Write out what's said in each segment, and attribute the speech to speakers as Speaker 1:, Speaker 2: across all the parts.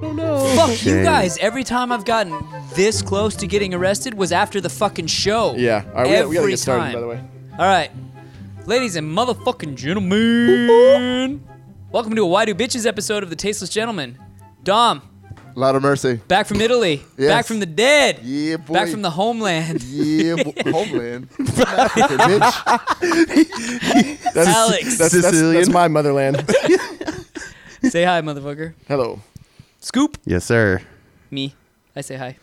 Speaker 1: Fuck you
Speaker 2: shame.
Speaker 1: guys. Every time I've gotten this close to getting arrested was after the fucking show.
Speaker 2: Yeah. All right, we, gotta- we gotta
Speaker 1: Every
Speaker 2: get started,
Speaker 1: time.
Speaker 2: by the way.
Speaker 1: All right. Ladies and motherfucking gentlemen. Welcome to a Why Do Bitches episode of The Tasteless Gentleman. Dom,
Speaker 2: Lot of mercy.
Speaker 1: back from Italy.
Speaker 2: Yes.
Speaker 1: Back from the dead.
Speaker 2: Yeah, boy.
Speaker 1: Back from the homeland.
Speaker 2: Yeah, bo- homeland. Africa, bitch. that's,
Speaker 1: Alex.
Speaker 2: That's, that's, that's my motherland.
Speaker 1: say hi, motherfucker.
Speaker 2: Hello.
Speaker 1: Scoop.
Speaker 3: Yes, sir.
Speaker 1: Me. I say hi.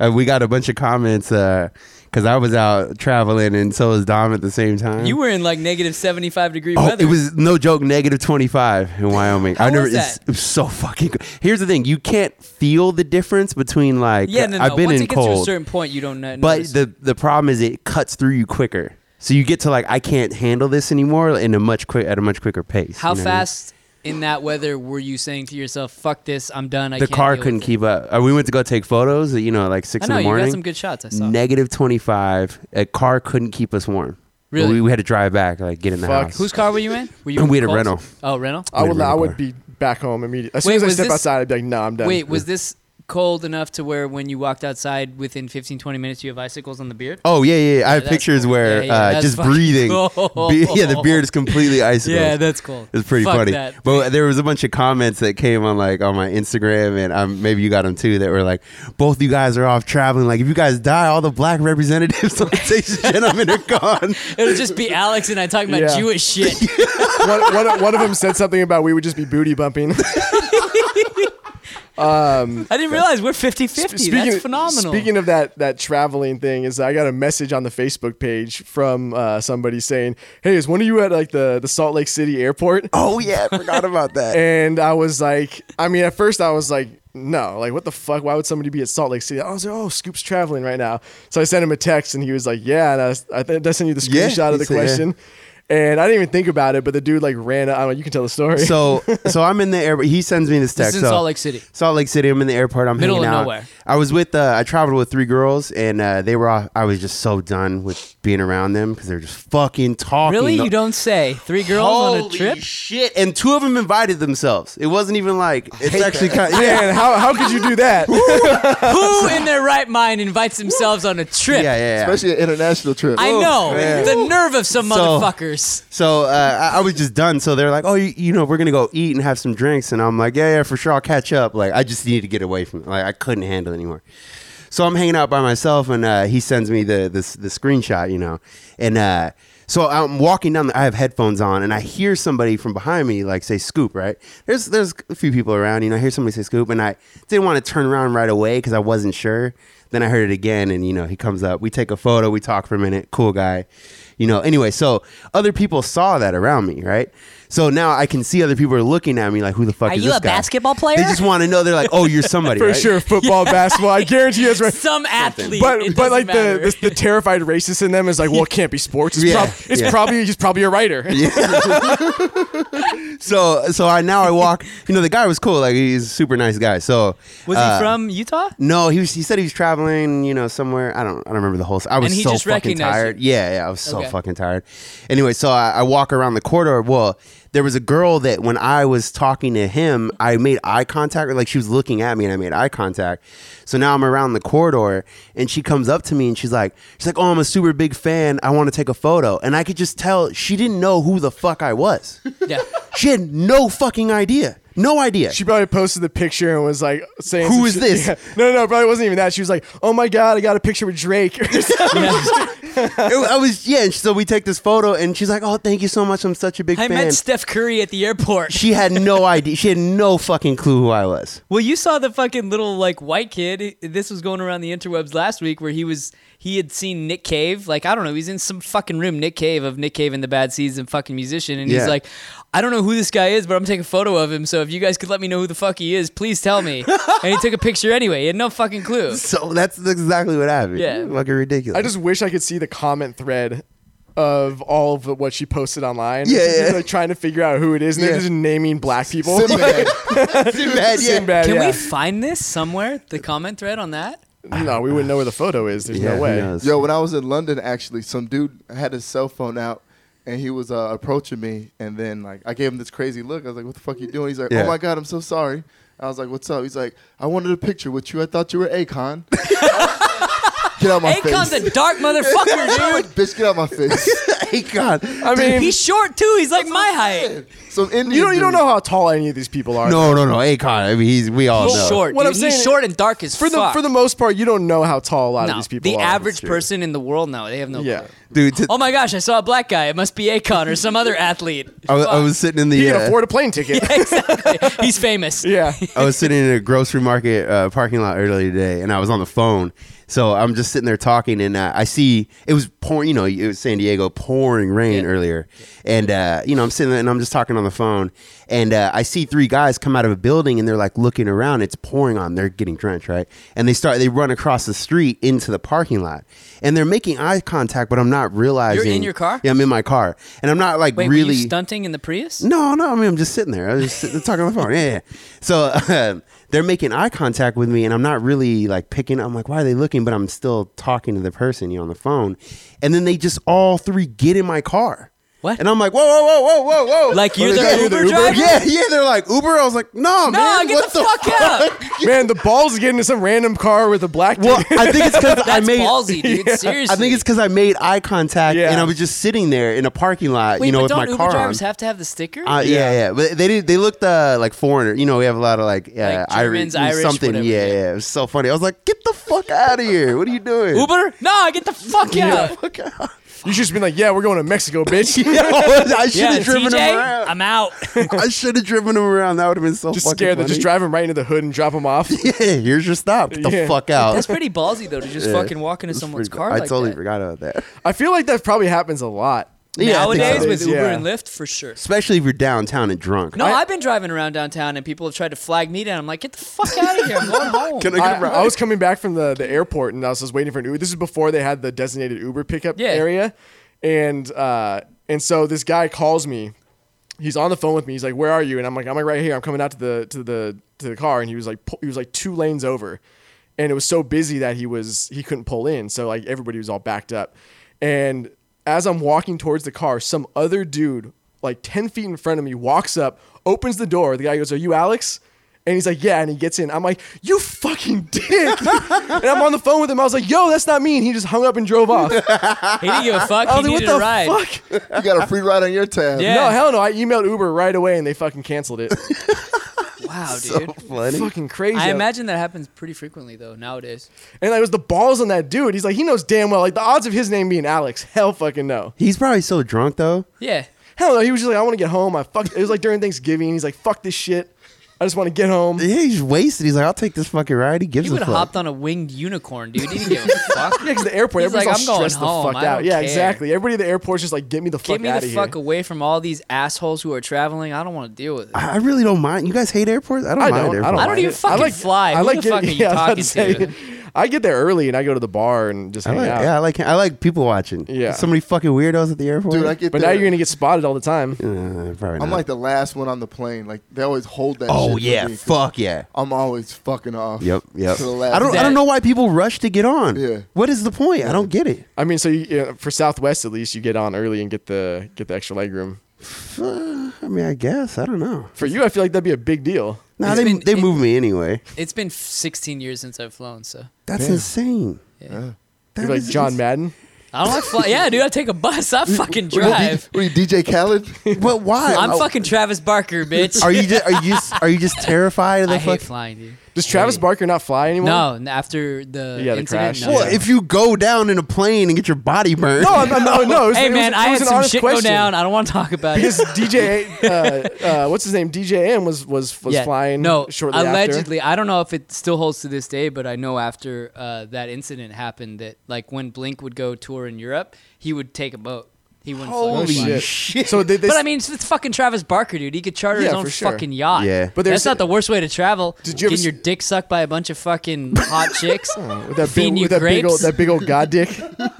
Speaker 3: Uh, we got a bunch of comments because I was out traveling, and so was Dom at the same time.
Speaker 1: You were in like negative 75 degree
Speaker 3: Hmm. Oh,
Speaker 1: weather.
Speaker 3: it was no joke, negative twenty five in Wyoming.
Speaker 1: How
Speaker 3: I never.
Speaker 1: was
Speaker 3: it's-
Speaker 1: that?
Speaker 3: It was so fucking. Cold. Here's the thing: you can't feel the difference between like.
Speaker 1: yeah, no, no.
Speaker 3: I've been
Speaker 1: Once
Speaker 3: in
Speaker 1: it gets to a
Speaker 3: cold,
Speaker 1: certain point, you don't know.
Speaker 3: but the the problem is it cuts through you quicker. So you get to like I can't handle this anymore in a much quick at a much quicker pace.
Speaker 1: How
Speaker 3: you know what I mean?
Speaker 1: fast in that weather were you saying to yourself, "Fuck this, I'm done"? I
Speaker 3: The
Speaker 1: can't
Speaker 3: car
Speaker 1: deal
Speaker 3: couldn't
Speaker 1: with
Speaker 3: keep up. Uh, we went to go take photos. You know, at, like
Speaker 1: it." I
Speaker 3: six
Speaker 1: know
Speaker 3: in the
Speaker 1: you
Speaker 3: morning.
Speaker 1: got some good shots. I saw.
Speaker 3: negative 25 a car couldn't keep us warm
Speaker 1: Really?
Speaker 3: we, we had to drive back like get in the
Speaker 2: Fuck.
Speaker 3: house
Speaker 1: Whose car were you in? Were you? in
Speaker 3: We had a
Speaker 1: Colt's?
Speaker 3: Uh, rental.
Speaker 1: Oh, rental.
Speaker 2: I would,
Speaker 3: Wait,
Speaker 2: I
Speaker 3: wait,
Speaker 2: would
Speaker 3: wait.
Speaker 2: be back home immediately. As
Speaker 1: Wait,
Speaker 2: soon as I
Speaker 1: was
Speaker 2: step
Speaker 1: this-
Speaker 2: outside, I'd be like, nah, I'm done.
Speaker 1: Wait, was this cold enough to where when you walked outside, within 15, 20 minutes, you have icicles on the beard?
Speaker 3: oh yeah yeah, yeah. i have
Speaker 1: that's
Speaker 3: pictures
Speaker 1: cool.
Speaker 3: where
Speaker 1: Yeah, yeah,
Speaker 3: uh,
Speaker 1: that's
Speaker 3: just
Speaker 1: fucking
Speaker 3: breathing
Speaker 1: cool.
Speaker 3: Be- yeah the beard is completely icicles
Speaker 1: Yeah, that's cool.
Speaker 3: it's pretty
Speaker 1: Fuck
Speaker 3: funny,
Speaker 1: that.
Speaker 3: but there was a bunch of comments that came on like on my Instagram, and um, maybe you got them too. That were like, "Both you guys are off traveling. Like, if you guys die, all the black representatives on the Texas gentlemen are gone."
Speaker 1: It'll just be Alex and I talking about
Speaker 2: Yeah.
Speaker 1: Jewish shit.
Speaker 2: one, one, one of them said something about we would just be booty bumping. um,
Speaker 1: I didn't realize we're 50-50. That's phenomenal.
Speaker 2: Speaking of that that traveling thing, is I got a message on the Facebook page from uh, somebody saying, "Hey, is one of you at like the the Salt Lake City airport?"
Speaker 3: oh yeah, I forgot about that.
Speaker 2: And I was like, I mean, at first I was like, no, like what the fuck? Why would somebody be at Salt Lake City? I was like, oh, Scoop's traveling right now. So I sent him a text, and he was like, yeah. And I, was, I, th- I sent you the
Speaker 3: Yeah,
Speaker 2: screenshot of
Speaker 3: he
Speaker 2: the
Speaker 3: said, yeah.
Speaker 2: question. And I didn't even think about it, but the dude like ran. out- I don't know. You can tell the story.
Speaker 3: so so I'm in the airport. He sends me this
Speaker 1: This
Speaker 3: text.
Speaker 1: is in
Speaker 3: so,
Speaker 1: Salt Lake City.
Speaker 3: Salt Lake City. I'm in the airport. I'm
Speaker 1: Middle
Speaker 3: hanging
Speaker 1: of
Speaker 3: out.
Speaker 1: nowhere.
Speaker 3: I was with uh, I traveled with three girls, and uh, they were. All, I was just so done with being around them because they're just fucking talking.
Speaker 1: really,
Speaker 3: the-
Speaker 1: you don't say. Three girls
Speaker 3: Holy
Speaker 1: on a trip.
Speaker 3: Shit, and two of them invited themselves. It wasn't even like it's actually kind. Yeah,
Speaker 2: man, how how could you do that?
Speaker 1: Who in their right mind invites themselves on a
Speaker 3: yeah,
Speaker 1: trip?
Speaker 3: yeah. yeah.
Speaker 4: especially an international trip.
Speaker 1: I know
Speaker 3: man.
Speaker 1: the nerve of some
Speaker 3: So-
Speaker 1: motherfuckers.
Speaker 3: So uh, I, I was just done. So they're like, "Oh, you, you know, we're gonna go eat and have some drinks," and I'm like, "Yeah, yeah, for sure, I'll catch up." Like I just needed to get away from it. Like I couldn't handle it anymore. So I'm hanging out by myself, and uh, he sends me the this the screenshot, you know, and uh, so I'm walking down. The, I have headphones on, and I hear somebody from behind me like say "scoop." Right? There's there's a few people around, you know. I hear somebody say "scoop," and I didn't want to turn around right away because I wasn't sure. Then I heard it again, and you know, he comes up. We take a photo. We talk for a minute. Cool guy, you know. Anyway, so other people saw that around me, right? So now I can see other people are looking at me like, "Who the fuck
Speaker 1: Are
Speaker 3: is
Speaker 1: you
Speaker 3: this
Speaker 1: a
Speaker 3: guy?
Speaker 1: basketball player?
Speaker 3: They just want to know. They're like, "Oh, you're somebody
Speaker 2: For
Speaker 3: right?
Speaker 2: sure, football, basketball. I guarantee you that's right.
Speaker 1: Some athlete,
Speaker 2: But
Speaker 1: it
Speaker 2: but
Speaker 1: doesn't
Speaker 2: like
Speaker 1: matter.
Speaker 2: the, the the terrified racist in them is like, well, it can't be sports. It's,
Speaker 3: Yeah,
Speaker 2: prob- it's
Speaker 3: yeah.
Speaker 2: probably he's probably a writer.
Speaker 3: So so I now I walk. You know, the guy was cool. Like he's a super nice guy. So
Speaker 1: was
Speaker 3: uh,
Speaker 1: he from Utah?
Speaker 3: No, he was. He said he was traveling. You know, somewhere. I don't. I don't remember the whole. s- I was
Speaker 1: And he
Speaker 3: so
Speaker 1: just
Speaker 3: fucking
Speaker 1: recognized
Speaker 3: tired. Yeah, yeah. I was so
Speaker 1: Okay.
Speaker 3: fucking tired. Anyway, so I, I walk around the corridor. Well, there was a girl that when I was talking to him, I made eye contact. Or like she was looking at me, and I made eye contact. So now I'm around the corridor, and she comes up to me, and she's like, she's like, oh, I'm a super big fan. I want to take a photo, and I could just tell she didn't know who the fuck I was.
Speaker 1: Yeah.
Speaker 3: She had no fucking idea. No idea.
Speaker 2: She probably posted the picture and was like saying,
Speaker 3: Who
Speaker 2: some
Speaker 3: is
Speaker 2: shit.
Speaker 3: this?
Speaker 2: Yeah. No, no, it probably wasn't even that. She was like, "Oh my god, I got a picture with Drake."
Speaker 3: I was yeah. And so we take this photo, and she's like, "Oh, thank you so much. I'm such a big
Speaker 1: I
Speaker 3: fan."
Speaker 1: met Steph Curry at the airport.
Speaker 3: she had no idea. She had no fucking clue who I was.
Speaker 1: Well, you saw the fucking little like white kid. This was going around the interwebs last week where he was he had seen Nick Cave. Like I don't know, he's in some fucking room. Nick Cave of Nick Cave and the Bad Seeds and fucking musician, and he's
Speaker 3: Yeah.
Speaker 1: like, I don't know who this guy is, but I'm taking a photo of him. So if you guys could let me know who the fuck he is, please tell me. and he took a picture anyway. He had no fucking clue.
Speaker 3: So that's exactly what happened.
Speaker 1: Yeah.
Speaker 3: fucking ridiculous.
Speaker 2: I just wish I could see the comment thread of all of what she posted online.
Speaker 3: Yeah,
Speaker 2: It's just,
Speaker 3: yeah.
Speaker 2: like trying to figure out who it is, and
Speaker 3: Yeah.
Speaker 2: they're just naming black people.
Speaker 3: Sinbad. Sinbad, yeah.
Speaker 2: Sinbad,
Speaker 1: Can
Speaker 2: yeah.
Speaker 1: we find this somewhere? The comment thread on that.
Speaker 2: no, we wouldn't know where the photo is. There's
Speaker 3: Yeah,
Speaker 2: no
Speaker 3: who
Speaker 2: way.
Speaker 3: knows?
Speaker 4: Yo, when I was in London, actually, some dude had his cell phone out and he was uh, approaching me, and then like I gave him this crazy look. I was like, "What the fuck you doing?" He's like,
Speaker 3: Yeah.
Speaker 4: "Oh my god, I'm so sorry." I was like, "What's up?" He's like, "I wanted a picture with you. I thought you were Akon." get out my
Speaker 1: Akon's
Speaker 4: face,
Speaker 1: a dark motherfucker, dude.
Speaker 4: Like, bitch. Get out my face.
Speaker 3: Hey God.
Speaker 2: I mean,
Speaker 1: He's short too. He's like my height.
Speaker 4: Some Indian.
Speaker 2: you don't you don't
Speaker 4: dude.
Speaker 2: know how tall any of these people are.
Speaker 3: No, no, no. Akon. I mean, he's we all
Speaker 1: He's
Speaker 3: know.
Speaker 1: short.
Speaker 2: What
Speaker 1: dude.
Speaker 2: I'm saying
Speaker 1: He's
Speaker 2: is-
Speaker 1: short and dark as
Speaker 2: for the
Speaker 1: fuck.
Speaker 2: for the most part, you don't know how tall a lot
Speaker 1: no,
Speaker 2: of these people
Speaker 1: the
Speaker 2: are.
Speaker 1: average person in the world now, they have no.
Speaker 2: yeah.
Speaker 1: clue.
Speaker 3: dude. to-
Speaker 1: Oh my gosh, I saw a black guy. It must be Akon or some other athlete.
Speaker 3: I, was, I
Speaker 1: Fuck.
Speaker 3: was sitting in
Speaker 2: He
Speaker 3: the.
Speaker 2: can
Speaker 3: uh,
Speaker 2: afford a plane ticket.
Speaker 1: exactly. He's famous.
Speaker 2: Yeah.
Speaker 3: I was sitting in a grocery market uh, parking lot earlier today, and I was on the phone. So I'm just sitting there talking, and uh, I see it was pouring. You know, it was San Diego pouring rain
Speaker 1: Yeah.
Speaker 3: earlier, and uh, you know I'm sitting there and I'm just talking on the phone, and uh, I see three guys come out of a building, and they're like looking around. It's pouring on. They're getting drenched, right? And they start. They run across the street into the parking lot, and they're making eye contact, but I'm not realizing.
Speaker 1: your car?
Speaker 3: Yeah, I'm in my car, and I'm not like
Speaker 1: Wait,
Speaker 3: really
Speaker 1: were you stunting in the Prius?
Speaker 3: no, no. I mean, I'm just sitting there. I was just sitting, talking on the phone. Yeah, yeah. So uh, they're making eye contact with me, and I'm not really like picking. I'm like, why are they looking? But I'm still talking to the person, you know, on the phone. And then they just all three get in my car.
Speaker 1: What?
Speaker 3: And I'm like, whoa, whoa, whoa, whoa, whoa, whoa.
Speaker 1: Like you're
Speaker 2: What is
Speaker 1: the
Speaker 2: that? You're the
Speaker 1: Uber
Speaker 2: Uber?
Speaker 1: driver?
Speaker 3: yeah, yeah. They're like Uber. I was like, no,
Speaker 1: No,
Speaker 3: man.
Speaker 1: get
Speaker 3: what
Speaker 1: the, fuck, out.
Speaker 2: Man, the balls get into some random car with a black
Speaker 3: Well,
Speaker 2: ticket.
Speaker 3: I think it's because I
Speaker 1: That's
Speaker 3: made.
Speaker 1: ballsy, dude. Seriously.
Speaker 3: I think it's because I made eye contact,
Speaker 2: Yeah.
Speaker 3: and I was just sitting there in a parking lot,
Speaker 1: Wait,
Speaker 3: you know,
Speaker 1: but
Speaker 3: with
Speaker 1: don't
Speaker 3: my
Speaker 1: Uber
Speaker 3: car on.
Speaker 1: drivers have to have the sticker?
Speaker 3: Uh, yeah. yeah, But they did, they looked uh, like foreigner. You know, we have a lot of like, uh,
Speaker 1: Like Germans, Irish,
Speaker 3: something.
Speaker 1: whatever,
Speaker 3: yeah,
Speaker 1: yeah.
Speaker 3: yeah, It was so funny. I was like, get the fuck out of here. What are you doing?
Speaker 1: Uber? No, get the fuck out.
Speaker 3: Fuck out.
Speaker 2: you should have been like, yeah, we're going to Mexico, bitch.
Speaker 3: Yeah, I should have
Speaker 1: Yeah,
Speaker 3: driven him
Speaker 1: TJ,
Speaker 3: around.
Speaker 1: I'm out.
Speaker 3: I should have driven him around. That would have been so
Speaker 2: Just
Speaker 3: fucking
Speaker 2: scared that
Speaker 3: funny.
Speaker 2: just drive him right into the hood and drop him off.
Speaker 3: Yeah, here's your stop. Get the
Speaker 2: Yeah.
Speaker 3: fuck out.
Speaker 1: That's pretty ballsy though to just
Speaker 3: Yeah.
Speaker 1: fucking walk into
Speaker 3: It's
Speaker 1: someone's
Speaker 3: pretty-
Speaker 1: car
Speaker 3: I
Speaker 1: like
Speaker 3: totally
Speaker 1: that.
Speaker 3: forgot about that.
Speaker 2: I feel like that probably happens a lot.
Speaker 3: Yeah, I think
Speaker 1: Nowadays
Speaker 3: so.
Speaker 1: with Uber
Speaker 2: Yeah.
Speaker 1: and Lyft for sure.
Speaker 3: Especially if you're downtown and drunk.
Speaker 1: No, I, have been driving around downtown and people have tried to flag me down. I'm like, get the fuck out of here. I'm going home.
Speaker 3: Can I
Speaker 2: I,
Speaker 3: get a ride?
Speaker 2: I was coming back from the, the airport and I was just waiting for an Uber. This is before they had the designated Uber pickup
Speaker 1: Yeah.
Speaker 2: area. And uh, and so this guy calls me. He's on the phone with me. He's like, "Where are you?" And I'm like, "I'm like right here. I'm coming out to the to the to the car." And he was like, pu- he was like two lanes over, and it was so busy that he was he couldn't pull in. So like everybody was all backed up. And as I'm walking towards the car, some other dude like ten feet in front of me walks up, opens the door. The guy goes, "Are you Alex?" And he's like, yeah. And he gets in. I'm like, you fucking dick. and I'm on the phone with him. I was like, yo, that's not me. And he just hung up and drove off. I
Speaker 1: He didn't give a fuck.
Speaker 2: was
Speaker 1: He
Speaker 2: like, what
Speaker 1: needed
Speaker 2: the
Speaker 1: a ride.
Speaker 2: fuck?
Speaker 4: You got a free ride on your tab.
Speaker 1: Yeah.
Speaker 2: No, hell no. I emailed Uber right away and they fucking canceled it.
Speaker 1: Wow, dude.
Speaker 3: so funny.
Speaker 2: fucking crazy.
Speaker 1: I imagine that happens pretty frequently though nowadays.
Speaker 2: And like, it was the balls on that dude. He's like, he knows damn well. Like, the odds of his name being Alex, hell fucking no.
Speaker 3: He's probably so drunk though.
Speaker 1: Yeah.
Speaker 2: Hell no. He was just like, I want to get home. I fuck. It was like during Thanksgiving. He's like, fuck this shit. I just want to get home.
Speaker 3: Yeah, he's wasted. He's like, I'll take this fucking ride. He gives
Speaker 1: He
Speaker 3: a
Speaker 1: would have
Speaker 3: fuck.
Speaker 1: hopped on a winged unicorn, dude. He didn't give a fuck.
Speaker 2: Yeah, because the airport,
Speaker 1: He's
Speaker 2: everybody's
Speaker 1: like,
Speaker 2: all
Speaker 1: "I'm going
Speaker 2: stressed
Speaker 1: home.
Speaker 2: the fuck
Speaker 1: I
Speaker 2: out.
Speaker 1: don't
Speaker 2: Yeah,
Speaker 1: care.
Speaker 2: exactly. Everybody at the airport's just like, get me the fuck
Speaker 1: Get me
Speaker 2: out
Speaker 1: the
Speaker 2: of
Speaker 1: fuck
Speaker 2: here.
Speaker 1: away from all these assholes who are traveling. I don't want to deal with it.
Speaker 3: I I really don't mind. You guys hate airports? I don't
Speaker 2: I
Speaker 3: mind
Speaker 2: don't.
Speaker 3: airports.
Speaker 2: I don't,
Speaker 1: I don't
Speaker 2: mind
Speaker 1: even
Speaker 2: it.
Speaker 1: fucking fly. Who the fuck are you
Speaker 2: I was about
Speaker 1: talking to?
Speaker 2: I get there early and I go to the bar and just
Speaker 3: I
Speaker 2: hang
Speaker 3: like,
Speaker 2: out.
Speaker 3: yeah, I like I like people watching.
Speaker 2: Yeah.
Speaker 3: so many fucking weirdos at the airport.
Speaker 4: Dude, I get
Speaker 2: But now
Speaker 4: there.
Speaker 2: you're gonna get spotted all the time.
Speaker 3: Uh, probably
Speaker 4: I'm
Speaker 3: not.
Speaker 4: like the last one on the plane. Like they always hold that. shit
Speaker 3: oh
Speaker 4: for
Speaker 3: yeah,
Speaker 4: me 'cause
Speaker 3: fuck yeah.
Speaker 4: I'm always fucking off.
Speaker 3: Yep, yep.
Speaker 4: To the last
Speaker 3: I don't. I
Speaker 1: That-
Speaker 3: don't know why people rush to get on.
Speaker 4: Yeah.
Speaker 3: What is the point? I don't get it.
Speaker 2: I mean, so you, you know, for Southwest at least, you get on early and get the get the extra leg room.
Speaker 3: Uh, I mean, I guess I don't know.
Speaker 2: For you, I feel like that'd be a big deal.
Speaker 3: Nah,
Speaker 1: It's
Speaker 3: they
Speaker 1: been-
Speaker 3: they
Speaker 1: it-
Speaker 3: move me anyway.
Speaker 1: It's been 16 years since I've flown, so
Speaker 3: That's
Speaker 4: Damn.
Speaker 3: insane.
Speaker 1: yeah.
Speaker 3: That
Speaker 2: You're like
Speaker 3: is
Speaker 2: John
Speaker 3: ins-
Speaker 2: Madden.
Speaker 1: I don't like fly. Yeah, dude, I take a bus. I fucking
Speaker 4: What are you,
Speaker 1: drive.
Speaker 4: what are you, DJ Khaled?
Speaker 3: But why?
Speaker 1: I'm
Speaker 3: Oh,
Speaker 1: fucking Travis Barker, bitch.
Speaker 3: Are you just, are you just, are you just terrified of the
Speaker 1: I hate
Speaker 3: fuck?
Speaker 1: flying, dude.
Speaker 2: Does Travis
Speaker 1: Hey.
Speaker 2: Barker not fly anymore?
Speaker 1: No, n- after the
Speaker 2: Yeah, the
Speaker 1: incident,
Speaker 2: crash.
Speaker 1: no.
Speaker 3: Well,
Speaker 2: Yeah.
Speaker 3: if you go down in a plane and get your body burned,
Speaker 2: No, I'm, I'm, no, no. It was,
Speaker 1: Hey
Speaker 2: it was-
Speaker 1: man,
Speaker 2: it
Speaker 1: I
Speaker 2: was
Speaker 1: had
Speaker 2: an
Speaker 1: some
Speaker 2: honest
Speaker 1: shit
Speaker 2: question.
Speaker 1: go down. I don't want to talk about it.
Speaker 2: Because DJ, uh, uh, what's his name? DJ M was was was
Speaker 1: Yeah,
Speaker 2: flying.
Speaker 1: No,
Speaker 2: shortly after.
Speaker 1: allegedly, I don't know if it still holds to this day, but I know after uh, that incident happened that like when Blink would go tour in Europe, he would take a boat. He wouldn't. fucking
Speaker 3: Holy
Speaker 1: fly.
Speaker 3: shit.
Speaker 2: So they, they,
Speaker 1: But I mean, it's, it's fucking Travis Barker, dude. He could charter his
Speaker 2: Yeah,
Speaker 1: own
Speaker 2: for sure.
Speaker 1: fucking yacht.
Speaker 3: Yeah.
Speaker 2: But
Speaker 1: but
Speaker 2: there's-
Speaker 1: that's not the worst way to travel.
Speaker 2: Did you ever
Speaker 1: Getting your
Speaker 2: s- Oh,
Speaker 1: dick sucked by a bunch of fucking hot chicks?
Speaker 2: with that big,
Speaker 1: feeding you
Speaker 2: with that big
Speaker 1: grapes?
Speaker 2: old that big old god dick,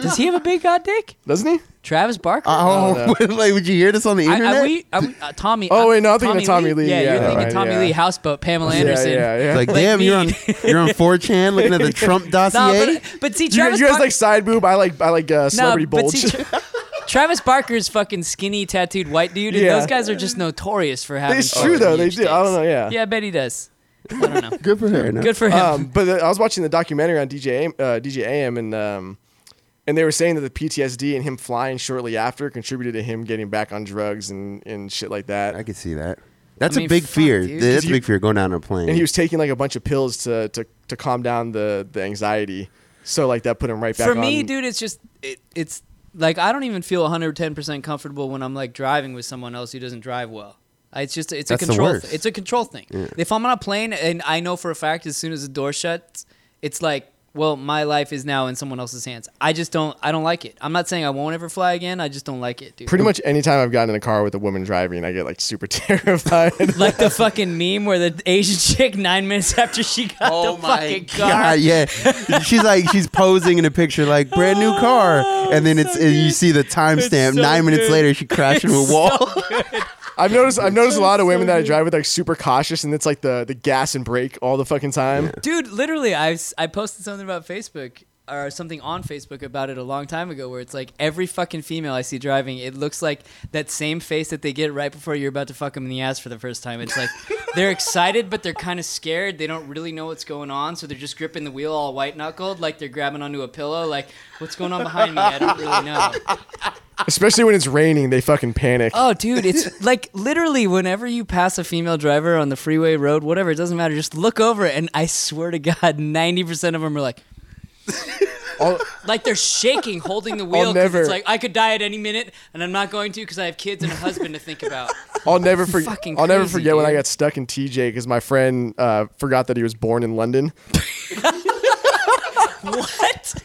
Speaker 1: Does he have a big god dick?
Speaker 2: doesn't he?
Speaker 1: Travis Barker.
Speaker 3: Oh, like would you hear this on the
Speaker 1: I-
Speaker 3: internet?
Speaker 1: are we, are we, uh, Tommy.
Speaker 2: Oh,
Speaker 1: uh,
Speaker 2: wait, no, I'm thinking of Tommy Lee.
Speaker 1: Yeah,
Speaker 2: Yeah,
Speaker 1: you're thinking
Speaker 2: right,
Speaker 1: Tommy
Speaker 2: yeah.
Speaker 1: Lee, Houseboat, Pamela Anderson.
Speaker 2: Yeah, yeah, yeah.
Speaker 3: It's like,
Speaker 1: Like
Speaker 3: damn, you're on
Speaker 1: me.
Speaker 3: you're on 4chan looking at the Trump dossier.
Speaker 1: Nah, but, but see,
Speaker 2: You,
Speaker 1: Travis
Speaker 2: you guys
Speaker 1: Barker-
Speaker 2: like side boob. I like I like uh,
Speaker 1: No,
Speaker 2: celebrity
Speaker 1: but
Speaker 2: bulge.
Speaker 1: see, Tra- Travis Barker's fucking skinny tattooed white dude, and
Speaker 2: Yeah.
Speaker 1: those guys are just notorious for having.
Speaker 2: It's true,
Speaker 1: fucking
Speaker 2: though. They
Speaker 1: huge
Speaker 2: do. I don't
Speaker 1: dicks.
Speaker 2: know, yeah.
Speaker 1: yeah, I bet he does. I don't know.
Speaker 4: Good for him.
Speaker 1: Good for him.
Speaker 2: um, but the, I was watching the documentary on DJ AM, uh, DJ AM and um, and they were saying that the PTSD and him flying shortly after contributed to him getting back on drugs and, and shit like that.
Speaker 3: I can see that. That's
Speaker 1: mean,
Speaker 3: a big
Speaker 1: fuck,
Speaker 3: fear.
Speaker 1: dude.
Speaker 3: That's a
Speaker 2: You-
Speaker 3: big fear going down on a plane.
Speaker 2: And he was taking like a bunch of pills to to, to calm down the the anxiety. So like that put him right back.
Speaker 1: for me
Speaker 2: on-
Speaker 1: dude it's just it, it's like i don't even feel 110% comfortable when i'm like driving with someone else who doesn't drive well I- it's just it's
Speaker 3: That's
Speaker 1: a
Speaker 3: the
Speaker 1: control
Speaker 3: worst.
Speaker 1: th- it's a control thing if i'm on a plane and i know for a fact as soon as the door shuts it's like well my life is now in someone else's hands i just don't i don't like it i'm not saying i won't ever fly again i just don't like it dude
Speaker 2: Pretty much any time I've gotten in a car with a woman driving, I get like super terrified.
Speaker 1: like the fucking meme where the asian chick nine minutes after she got the fucking car
Speaker 3: yeah. she's like she's posing in a picture like brand new car, and then it's and you see the timestamp.
Speaker 1: It's so
Speaker 3: Nine minutes
Speaker 1: good.
Speaker 3: later, she crashed into
Speaker 1: It's
Speaker 3: a wall.
Speaker 2: I've noticed I've noticed a lot of women that I drive with like super cautious, and it's like the the gas and brake all the fucking time.
Speaker 1: dude literally I, s- I posted something about facebook or something on facebook about it a long time ago where it's like every fucking female i see driving it looks like that same face that they get right before you're about to fuck them in the ass for the first time it's like they're excited but they're kind of scared they don't really know what's going on so they're just gripping the wheel all white knuckled like they're grabbing onto a pillow like what's going on behind me i don't really know
Speaker 2: Especially when it's raining, they fucking panic.
Speaker 1: Oh, dude, it's like literally whenever you pass a female driver on the freeway, road, whatever, it doesn't matter. Just look over, and I swear to God, ninety percent of them are like,
Speaker 2: All-
Speaker 1: like they're shaking, holding the wheel. 'cause
Speaker 2: never-
Speaker 1: It's like I could die at any minute, and I'm not going to because I have kids and a husband to think about.
Speaker 2: I'll never forget. I'll
Speaker 1: Fucking
Speaker 2: never
Speaker 1: crazy,
Speaker 2: forget when I
Speaker 1: dude.
Speaker 2: got stuck in TJ because my friend uh, forgot that he was born in London.
Speaker 1: what?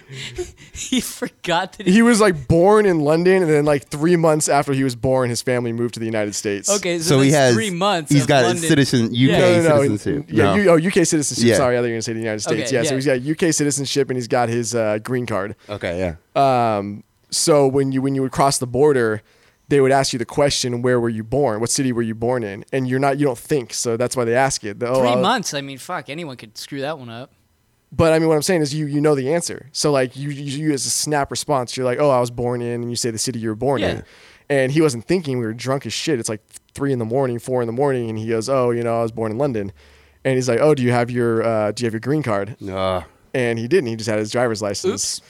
Speaker 1: he forgot that. He-
Speaker 2: He was like born in London, and then like three months after he was born, his family moved to the United States.
Speaker 1: okay, so,
Speaker 3: so he
Speaker 1: that's
Speaker 3: has
Speaker 1: three months.
Speaker 3: He's
Speaker 1: of
Speaker 3: got
Speaker 1: London.
Speaker 3: citizen UK
Speaker 1: Yeah. No,
Speaker 3: citizenship.
Speaker 2: Yeah,
Speaker 3: No.
Speaker 2: U- oh, UK citizenship.
Speaker 3: Yeah.
Speaker 2: Sorry, I thought you were gonna say the United States.
Speaker 1: Okay,
Speaker 2: yeah,
Speaker 1: yeah.
Speaker 2: so he's got UK citizenship and he's got his uh, green card.
Speaker 3: okay, yeah.
Speaker 2: Um, so when you when you would cross the border, they would ask you the question, "Where were you born? What city were you born in?" And you're not, you don't think, so that's why they ask it. The, oh,
Speaker 1: Three
Speaker 2: I'll-
Speaker 1: months. I mean, fuck, anyone could screw that one up.
Speaker 2: But I mean, what I'm saying is, you you know the answer. So like, you you, you as a snap response, you're like, "Oh, I was born in," and you say the city you were born
Speaker 1: Yeah.
Speaker 2: in. And he wasn't thinking. We were drunk as shit. It's like three in the morning, four in the morning, and he goes, "Oh, you know, I was born in London." And he's like, "Oh, do you have your uh, do you have your green card?"
Speaker 3: Uh,
Speaker 2: and he didn't. He just had his driver's license.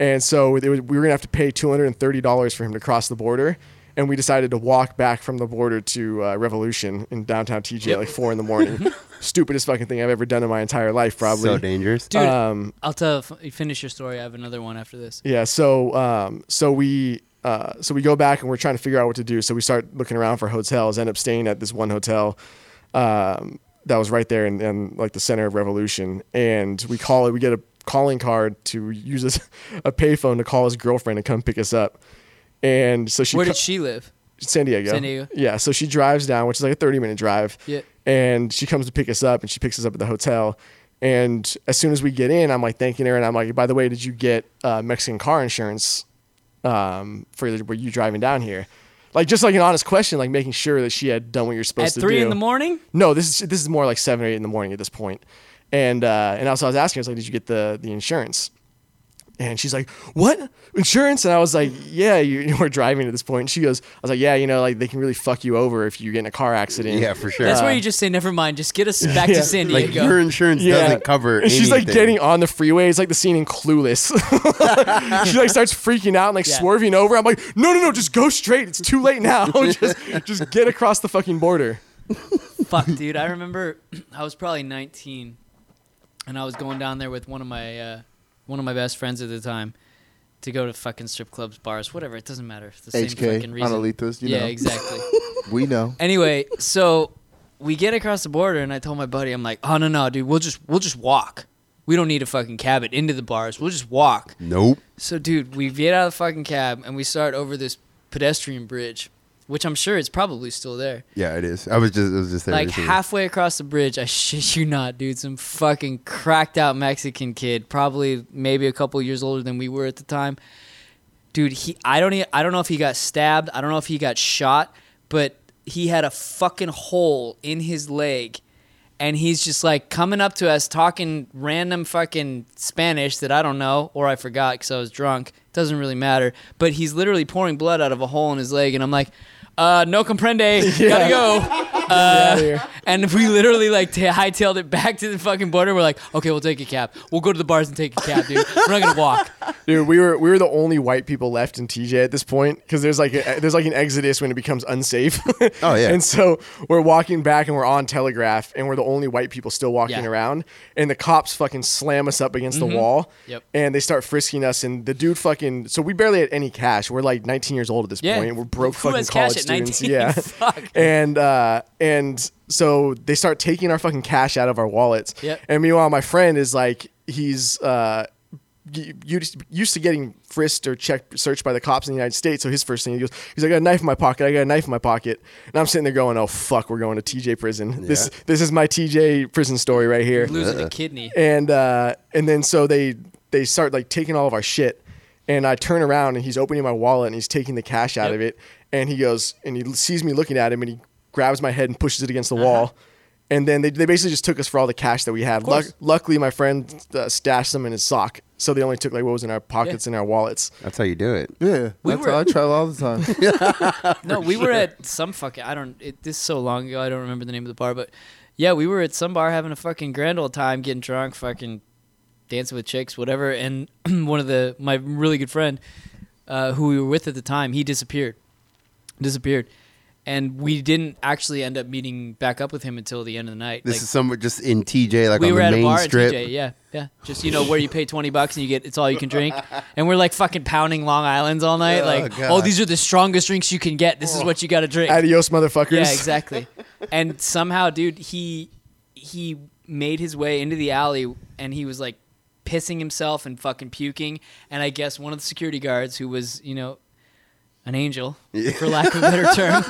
Speaker 2: And so it was, we were gonna have to pay two hundred and thirty dollars for him to cross the border. And we decided to walk back from the border to uh, Revolution in downtown TJ at like four in the morning. Stupidest fucking thing I've ever done in my entire life, probably.
Speaker 3: so dangerous.
Speaker 1: Dude,
Speaker 2: Um,
Speaker 1: I'll tell. Finish your story. I have another one after this.
Speaker 2: Yeah. So um, so we uh, so we go back and we're trying to figure out what to do. So we start looking around for hotels. End up staying at this one hotel um, that was right there in, in like the center of Revolution. And we call it. We get a calling card to use as a payphone to call his girlfriend to come pick us up. And so she
Speaker 1: Where
Speaker 2: co-
Speaker 1: did she live?
Speaker 2: San Diego.
Speaker 1: San Diego.
Speaker 2: Yeah. So she drives down, which is like a 30 minute drive.
Speaker 1: Yeah.
Speaker 2: And she comes to pick us up and she picks us up at the hotel. And as soon as we get in, I'm like thanking her. And I'm like, by the way, did you get uh, Mexican car insurance um, for the, were you driving down here? Like just like an honest question, like making sure that she had done what you're supposed
Speaker 1: At
Speaker 2: to
Speaker 1: three
Speaker 2: do.
Speaker 1: in the morning.
Speaker 2: No, this is this is more like seven or eight in the morning at this point. And uh, and also I was asking, I was like, did you get the the insurance? And she's like, what insurance? And I was like, yeah, you, you were driving at this point. And she goes, I was like, yeah, you know, like they can really fuck you over if you get in a car accident.
Speaker 3: Yeah, for sure.
Speaker 1: That's where you just say, never mind, just get us back
Speaker 2: Yeah.
Speaker 1: to San
Speaker 3: like
Speaker 1: Diego.
Speaker 3: your insurance doesn't cover.
Speaker 2: And she's like
Speaker 3: anything.
Speaker 2: getting on the freeway. It's like the scene in Clueless. she like starts freaking out and like
Speaker 1: Yeah.
Speaker 2: swerving over. I'm like, no, no, no, just go straight. It's too late now. just, just get across the fucking border.
Speaker 1: Fuck, dude. I remember I was probably 19, and I was going down there with one of my uh, one of my best friends at the time to go to fucking strip clubs, bars, whatever. It doesn't matter. It's the same
Speaker 4: HK
Speaker 1: fucking reason.
Speaker 4: Analitas, you
Speaker 1: yeah,
Speaker 4: know.
Speaker 1: exactly.
Speaker 4: We know.
Speaker 1: anyway, so we get across the border, and I told my buddy, I'm like, oh no no, dude, we'll just we'll just walk. We don't need a fucking cab it into the bars. We'll just walk.
Speaker 3: Nope.
Speaker 1: So, dude, we get out of the fucking cab and we start over this pedestrian bridge, which I'm sure it's probably still there.
Speaker 3: Yeah, it is. I was just, I was just there.
Speaker 1: Like
Speaker 3: recently.
Speaker 1: halfway across the bridge, I shit you not, dude, some fucking cracked out Mexican kid, probably maybe a couple years older than we were at the time. Dude, he I don't e I don't know if he got stabbed, I don't know if he got shot, but he had a fucking hole in his leg and he's just like coming up to us talking random fucking Spanish that I don't know or I forgot cuz I was drunk Doesn't really matter. But he's literally pouring blood out of a hole in his leg, and I'm like, uh, no comprende, gotta go.
Speaker 2: Outta here.
Speaker 1: Uh, And we literally like t- hightailed it back to the fucking border. We're like, okay, we'll take a cab. We'll go to the bars and take a cab, dude. We're not gonna walk.
Speaker 2: Dude, we were we were the only white people left in TJ at this point because there's like a, there's like an exodus when it becomes unsafe.
Speaker 3: Oh, yeah.
Speaker 2: and so we're walking back and we're on Telegraph and we're the only white people still walking
Speaker 1: Yeah. Mm-hmm.
Speaker 2: around. And the cops fucking slam us up against the wall.
Speaker 1: Yep.
Speaker 2: And they start frisking us and the dude fucking so we barely had any cash. We're like 19 years old at this
Speaker 1: Yeah.
Speaker 2: point. We're broke
Speaker 1: Who
Speaker 2: fucking
Speaker 1: has
Speaker 2: college
Speaker 1: cash at
Speaker 2: students.
Speaker 1: 19?
Speaker 2: Yeah.
Speaker 1: Fuck.
Speaker 2: And uh and so they start taking our fucking cash out of our wallets.
Speaker 1: Yep.
Speaker 2: And meanwhile, my friend is like he's uh you used to getting frisked or checked searched by the cops in the United States. So his first thing he goes, he's like, I got a knife in my pocket. I got a knife in my pocket. And I'm sitting there going, oh fuck, we're going to TJ prison. This
Speaker 3: Yeah.
Speaker 2: this is my TJ prison story right here.
Speaker 1: Losing a kidney.
Speaker 2: And uh, and then so they they start like taking all of our shit. And I turn around and he's opening my wallet and he's taking the cash out
Speaker 1: Yep.
Speaker 2: of it. And he goes and he sees me looking at him and he grabs my head and pushes it against the
Speaker 1: Uh-huh.
Speaker 2: wall. And then they, they basically just took us for all the cash that we had. Luck,
Speaker 1: course.
Speaker 2: luckily, my friend uh, stashed them in his sock, so they only took like what was in our pockets and our wallets.
Speaker 3: That's how you do it.
Speaker 4: Yeah,
Speaker 1: We
Speaker 4: that's
Speaker 1: were-
Speaker 4: how I travel all the time.
Speaker 1: No, we were at some fucking. I don't. It, this is so long ago. I don't remember the name of the bar, but yeah, we were at some bar having a fucking grand old time, getting drunk, fucking dancing with chicks, whatever. And one of the my really good friend, uh, who we were with at the time, he disappeared, disappeared, and we didn't actually end up meeting back up with him until the end of the night.
Speaker 3: This
Speaker 1: Like,
Speaker 3: is somewhere just in TJ, like
Speaker 1: we
Speaker 3: on
Speaker 1: were
Speaker 3: the
Speaker 1: at
Speaker 3: main
Speaker 1: a bar
Speaker 3: strip.
Speaker 1: at TJ, yeah, yeah. Just you know where you pay twenty bucks and you get it's all you can drink, and we're like fucking pounding Long Islands all night.
Speaker 3: Oh,
Speaker 1: like,
Speaker 3: God. Oh.
Speaker 1: oh, these are the strongest drinks you can get. This is what you got to drink.
Speaker 2: Adios, motherfuckers.
Speaker 1: Yeah, exactly. and somehow, dude, he he made his way into the alley and he was like pissing himself and fucking puking. And I guess one of the security guards who was, you know, an angel, for lack of a better term,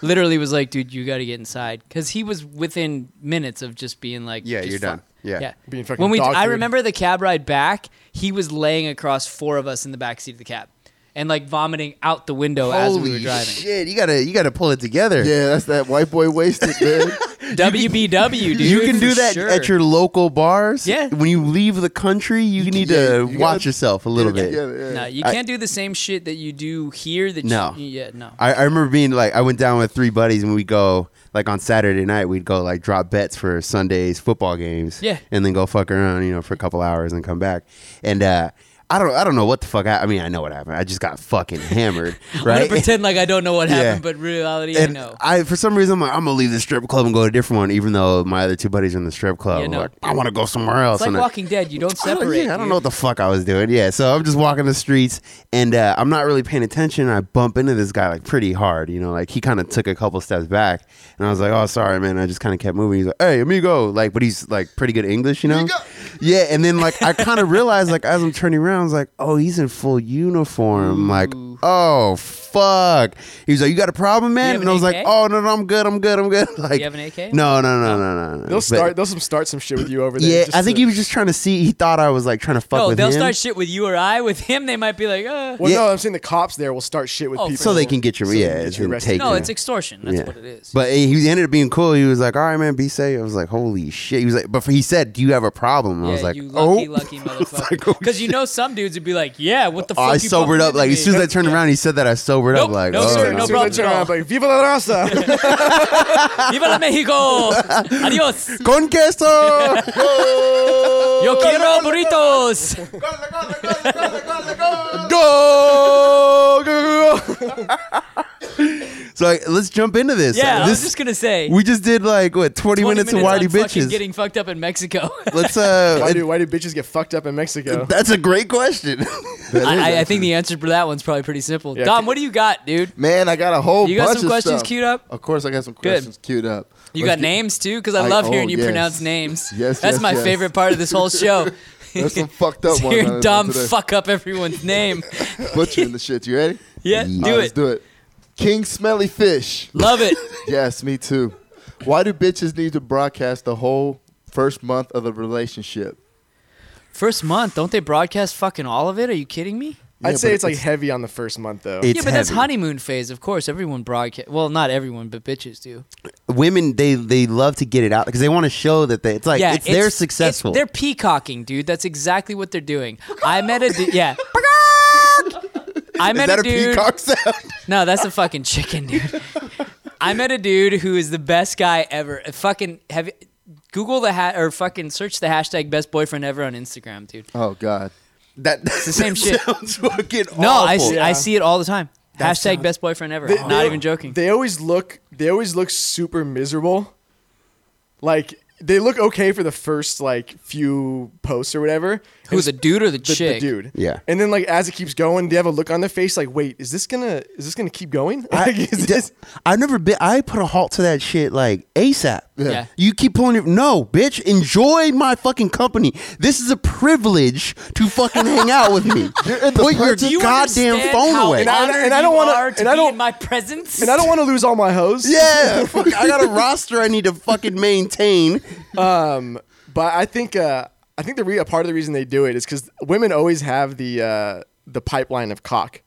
Speaker 1: literally was like, dude, you got to get inside. Because he was within minutes of just being like,
Speaker 3: Yeah,
Speaker 1: just
Speaker 3: you're
Speaker 1: fuck-
Speaker 3: done. Yeah.
Speaker 2: Being fucking
Speaker 1: when we,
Speaker 2: dog
Speaker 1: I
Speaker 2: food.
Speaker 1: remember the cab ride back. He was laying across four of us in the back seat of the cab, and like vomiting out the window as we were
Speaker 3: Holy
Speaker 1: driving.
Speaker 3: shit! You gotta you gotta pull it together.
Speaker 4: yeah, that's that white boy wasted, man.
Speaker 1: WBW, dude.
Speaker 3: You can do
Speaker 1: For
Speaker 3: that
Speaker 1: sure.
Speaker 3: at your local bars.
Speaker 1: Yeah.
Speaker 3: When you leave the country, you, need to
Speaker 4: yeah, you gotta
Speaker 3: watch yourself a little
Speaker 4: Get
Speaker 3: bit.
Speaker 4: it together, yeah.
Speaker 1: No, you
Speaker 3: I-
Speaker 1: can't do the same shit that you do here. That
Speaker 3: No.
Speaker 1: you, yeah, no.
Speaker 3: I, I remember being like, I went down with three buddies and we'd go, like on Saturday night, we'd go like drop bets for Sunday's football games.
Speaker 1: Yeah.
Speaker 3: And then go fuck around, you know, for a couple hours and come back. And, uh, I don't, I don't know what the fuck. I, I mean, I know what happened. I just got fucking hammered,
Speaker 1: I'm
Speaker 3: right?
Speaker 1: gonna pretend like I don't know what
Speaker 3: Yeah.
Speaker 1: happened, but reality,
Speaker 3: and
Speaker 1: I know.
Speaker 3: I, for some reason, I'm like, I'm gonna leave the strip club and go to a different one, even though my other two buddies are in the strip club.
Speaker 1: Yeah,
Speaker 3: I'm
Speaker 1: no.
Speaker 3: like, I want to go somewhere else.
Speaker 1: It's like
Speaker 3: and I-
Speaker 1: Walking Dead. You don't
Speaker 3: I don't,
Speaker 1: separate.
Speaker 3: yeah, I don't
Speaker 1: dude.
Speaker 3: know what the fuck I was doing. Yeah, so I'm just walking the streets and uh, I'm not really paying attention. I bump into this guy like pretty hard, you know, like he kind of took a couple steps back and I was like, oh, sorry, man. I just kind of kept moving. He's like, hey, amigo. Like, but he's like pretty good English, you know?
Speaker 4: Amigo.
Speaker 3: Yeah, and then like I kind of realized, like, as I'm turning around, I was like, oh, he's in full uniform. Like, oh, fuck. He was like, you got a problem, man?
Speaker 1: have
Speaker 3: And
Speaker 1: an
Speaker 3: I was like,
Speaker 1: AK?
Speaker 3: oh, no, no, I'm good. I'm good. I'm good. Like,
Speaker 1: have an Oh. AK?
Speaker 3: No, no, no, no, no. no.
Speaker 2: They'll
Speaker 3: But-
Speaker 2: start. they'll some start some shit with you over there.
Speaker 3: yeah,
Speaker 2: just
Speaker 3: I think
Speaker 2: to-
Speaker 3: he was just trying to see. He thought I was like trying to fuck
Speaker 1: No,
Speaker 3: with
Speaker 1: they'll
Speaker 3: him.
Speaker 1: start shit with you or I. With him, they might be like, uh.
Speaker 2: Well,
Speaker 3: Yeah.
Speaker 2: no, I'm saying the cops there will start shit with
Speaker 1: Oh,
Speaker 2: people,
Speaker 3: so they can get your
Speaker 2: so they
Speaker 3: yeah,
Speaker 2: can get
Speaker 3: it's
Speaker 2: you
Speaker 3: gonna
Speaker 2: arrested.
Speaker 3: take
Speaker 1: No,
Speaker 3: you.
Speaker 1: it's extortion. That's
Speaker 3: Yeah.
Speaker 1: what it is.
Speaker 3: But he ended up being cool. He was like, "All right, man, be safe." I was like, "Holy shit!" He was like, "But he said, do you have a problem?" I
Speaker 1: yeah,
Speaker 3: was like,
Speaker 1: you lucky,
Speaker 3: "Oh."
Speaker 1: lucky motherfucker.
Speaker 3: like, oh,
Speaker 1: Because you know some dudes would be like, yeah, what the fuck?
Speaker 3: I
Speaker 1: you
Speaker 3: sobered
Speaker 1: bumping
Speaker 3: up
Speaker 1: into
Speaker 3: like
Speaker 1: me?
Speaker 3: as soon as I turned
Speaker 1: Yeah.
Speaker 3: around, he said that I sobered
Speaker 1: Nope,
Speaker 3: up like
Speaker 1: no,
Speaker 3: oh,
Speaker 1: sir, no
Speaker 2: As soon
Speaker 1: problem
Speaker 2: as I turn
Speaker 1: at
Speaker 2: around,
Speaker 1: all.
Speaker 2: I'm like, Viva la raza!
Speaker 1: Viva la Mexico! Adios!
Speaker 3: con queso.
Speaker 1: Yo quiero burritos!
Speaker 3: Go, go, go, go. so like, let's jump into this.
Speaker 1: Yeah, I was
Speaker 3: this
Speaker 1: just gonna say.
Speaker 3: we just did like what
Speaker 1: 20
Speaker 3: 20, minutes,
Speaker 1: minutes
Speaker 3: of
Speaker 1: on fucking
Speaker 3: whitey bitches.
Speaker 1: Getting fucked up in Mexico.
Speaker 3: let's uh,
Speaker 2: why, do, why do bitches get fucked up in Mexico?
Speaker 3: that's a great question.
Speaker 1: I, I- I think the answer for that one's probably pretty simple.
Speaker 2: Yeah.
Speaker 1: Dom, what do you got, dude?
Speaker 4: Man, I got a whole.
Speaker 1: You got
Speaker 4: bunch
Speaker 1: some
Speaker 4: of
Speaker 1: questions
Speaker 4: stuff.
Speaker 1: queued up?
Speaker 4: Of course, I got some
Speaker 1: Good.
Speaker 4: questions queued up.
Speaker 1: You
Speaker 4: Let's
Speaker 1: got
Speaker 4: get-
Speaker 1: names too, because I
Speaker 4: I-
Speaker 1: love
Speaker 4: oh,
Speaker 1: hearing you
Speaker 4: yes.
Speaker 1: pronounce names.
Speaker 4: Yes,
Speaker 1: that's
Speaker 4: yes,
Speaker 1: my
Speaker 4: yes.
Speaker 1: favorite part of this whole show.
Speaker 4: That's some fucked up
Speaker 1: It's
Speaker 4: one.
Speaker 1: hearing
Speaker 4: uh,
Speaker 1: Dom
Speaker 4: today.
Speaker 1: fuck up everyone's name.
Speaker 4: butchering the shit. You ready?
Speaker 1: Yeah,
Speaker 4: All right,
Speaker 1: do
Speaker 4: Let's
Speaker 1: it.
Speaker 4: do it. King Smelly Fish.
Speaker 1: Love it.
Speaker 4: yes, me too. Why do bitches need to broadcast the whole first month of the relationship?
Speaker 1: First month, don't they broadcast fucking all of it? Are you kidding me?
Speaker 4: Yeah,
Speaker 2: I'd say
Speaker 4: but
Speaker 2: it's like
Speaker 4: it's-
Speaker 2: heavy on the first month though.
Speaker 3: It's
Speaker 1: yeah, but that's
Speaker 3: heavy.
Speaker 1: honeymoon phase, of course. Everyone broadcast. Well, not everyone, but bitches do.
Speaker 3: women they they love to get it out because they want to show that they it's like
Speaker 1: yeah,
Speaker 3: it's, they're successful.
Speaker 1: they're peacocking, dude. That's exactly what they're doing. I met a du- yeah. I met
Speaker 3: that
Speaker 1: a dude.
Speaker 3: peacock sound?
Speaker 1: No, that's a fucking chicken, dude. I met a dude who is the best guy ever. Uh, Fucking have you- Google the hat or fucking search the hashtag best boyfriend ever on Instagram, dude.
Speaker 4: Oh God.
Speaker 3: That, it's
Speaker 1: the same shit.
Speaker 3: Sounds fucking
Speaker 1: No, I
Speaker 3: awful.
Speaker 1: see, I see it all the time.
Speaker 3: That
Speaker 1: hashtag
Speaker 3: sounds-
Speaker 1: best boyfriend ever.
Speaker 2: They-
Speaker 1: Oh. Not
Speaker 2: they-
Speaker 1: even joking.
Speaker 2: They always look they always look super miserable. Like they look okay for the first like few posts or whatever.
Speaker 1: Who the dude or the,
Speaker 2: The, the
Speaker 1: chick?
Speaker 2: dude.
Speaker 3: Yeah.
Speaker 2: And then like as it keeps going, they have a look on their face like, wait, is this gonna is this gonna keep going? Like, is this
Speaker 3: I've never been. I put a halt to that shit like ASAP.
Speaker 1: Yeah.
Speaker 3: You keep pulling your no, bitch. Enjoy my fucking company. This is a privilege to fucking hang out with me.
Speaker 4: in the
Speaker 3: put your
Speaker 1: Do you
Speaker 3: goddamn
Speaker 1: understand
Speaker 3: phone
Speaker 1: how
Speaker 3: away.
Speaker 2: And I- and
Speaker 1: honored
Speaker 2: I don't
Speaker 1: you
Speaker 2: wanna-
Speaker 1: are to
Speaker 2: and I
Speaker 1: be
Speaker 2: don't-
Speaker 1: in my presence.
Speaker 2: and I don't want to lose all my hoes.
Speaker 3: yeah, fuck, I got a roster I need to fucking maintain.
Speaker 2: Um, but I think uh, I think the re- a part of the reason they do it is because women always have the uh, the pipeline of cock.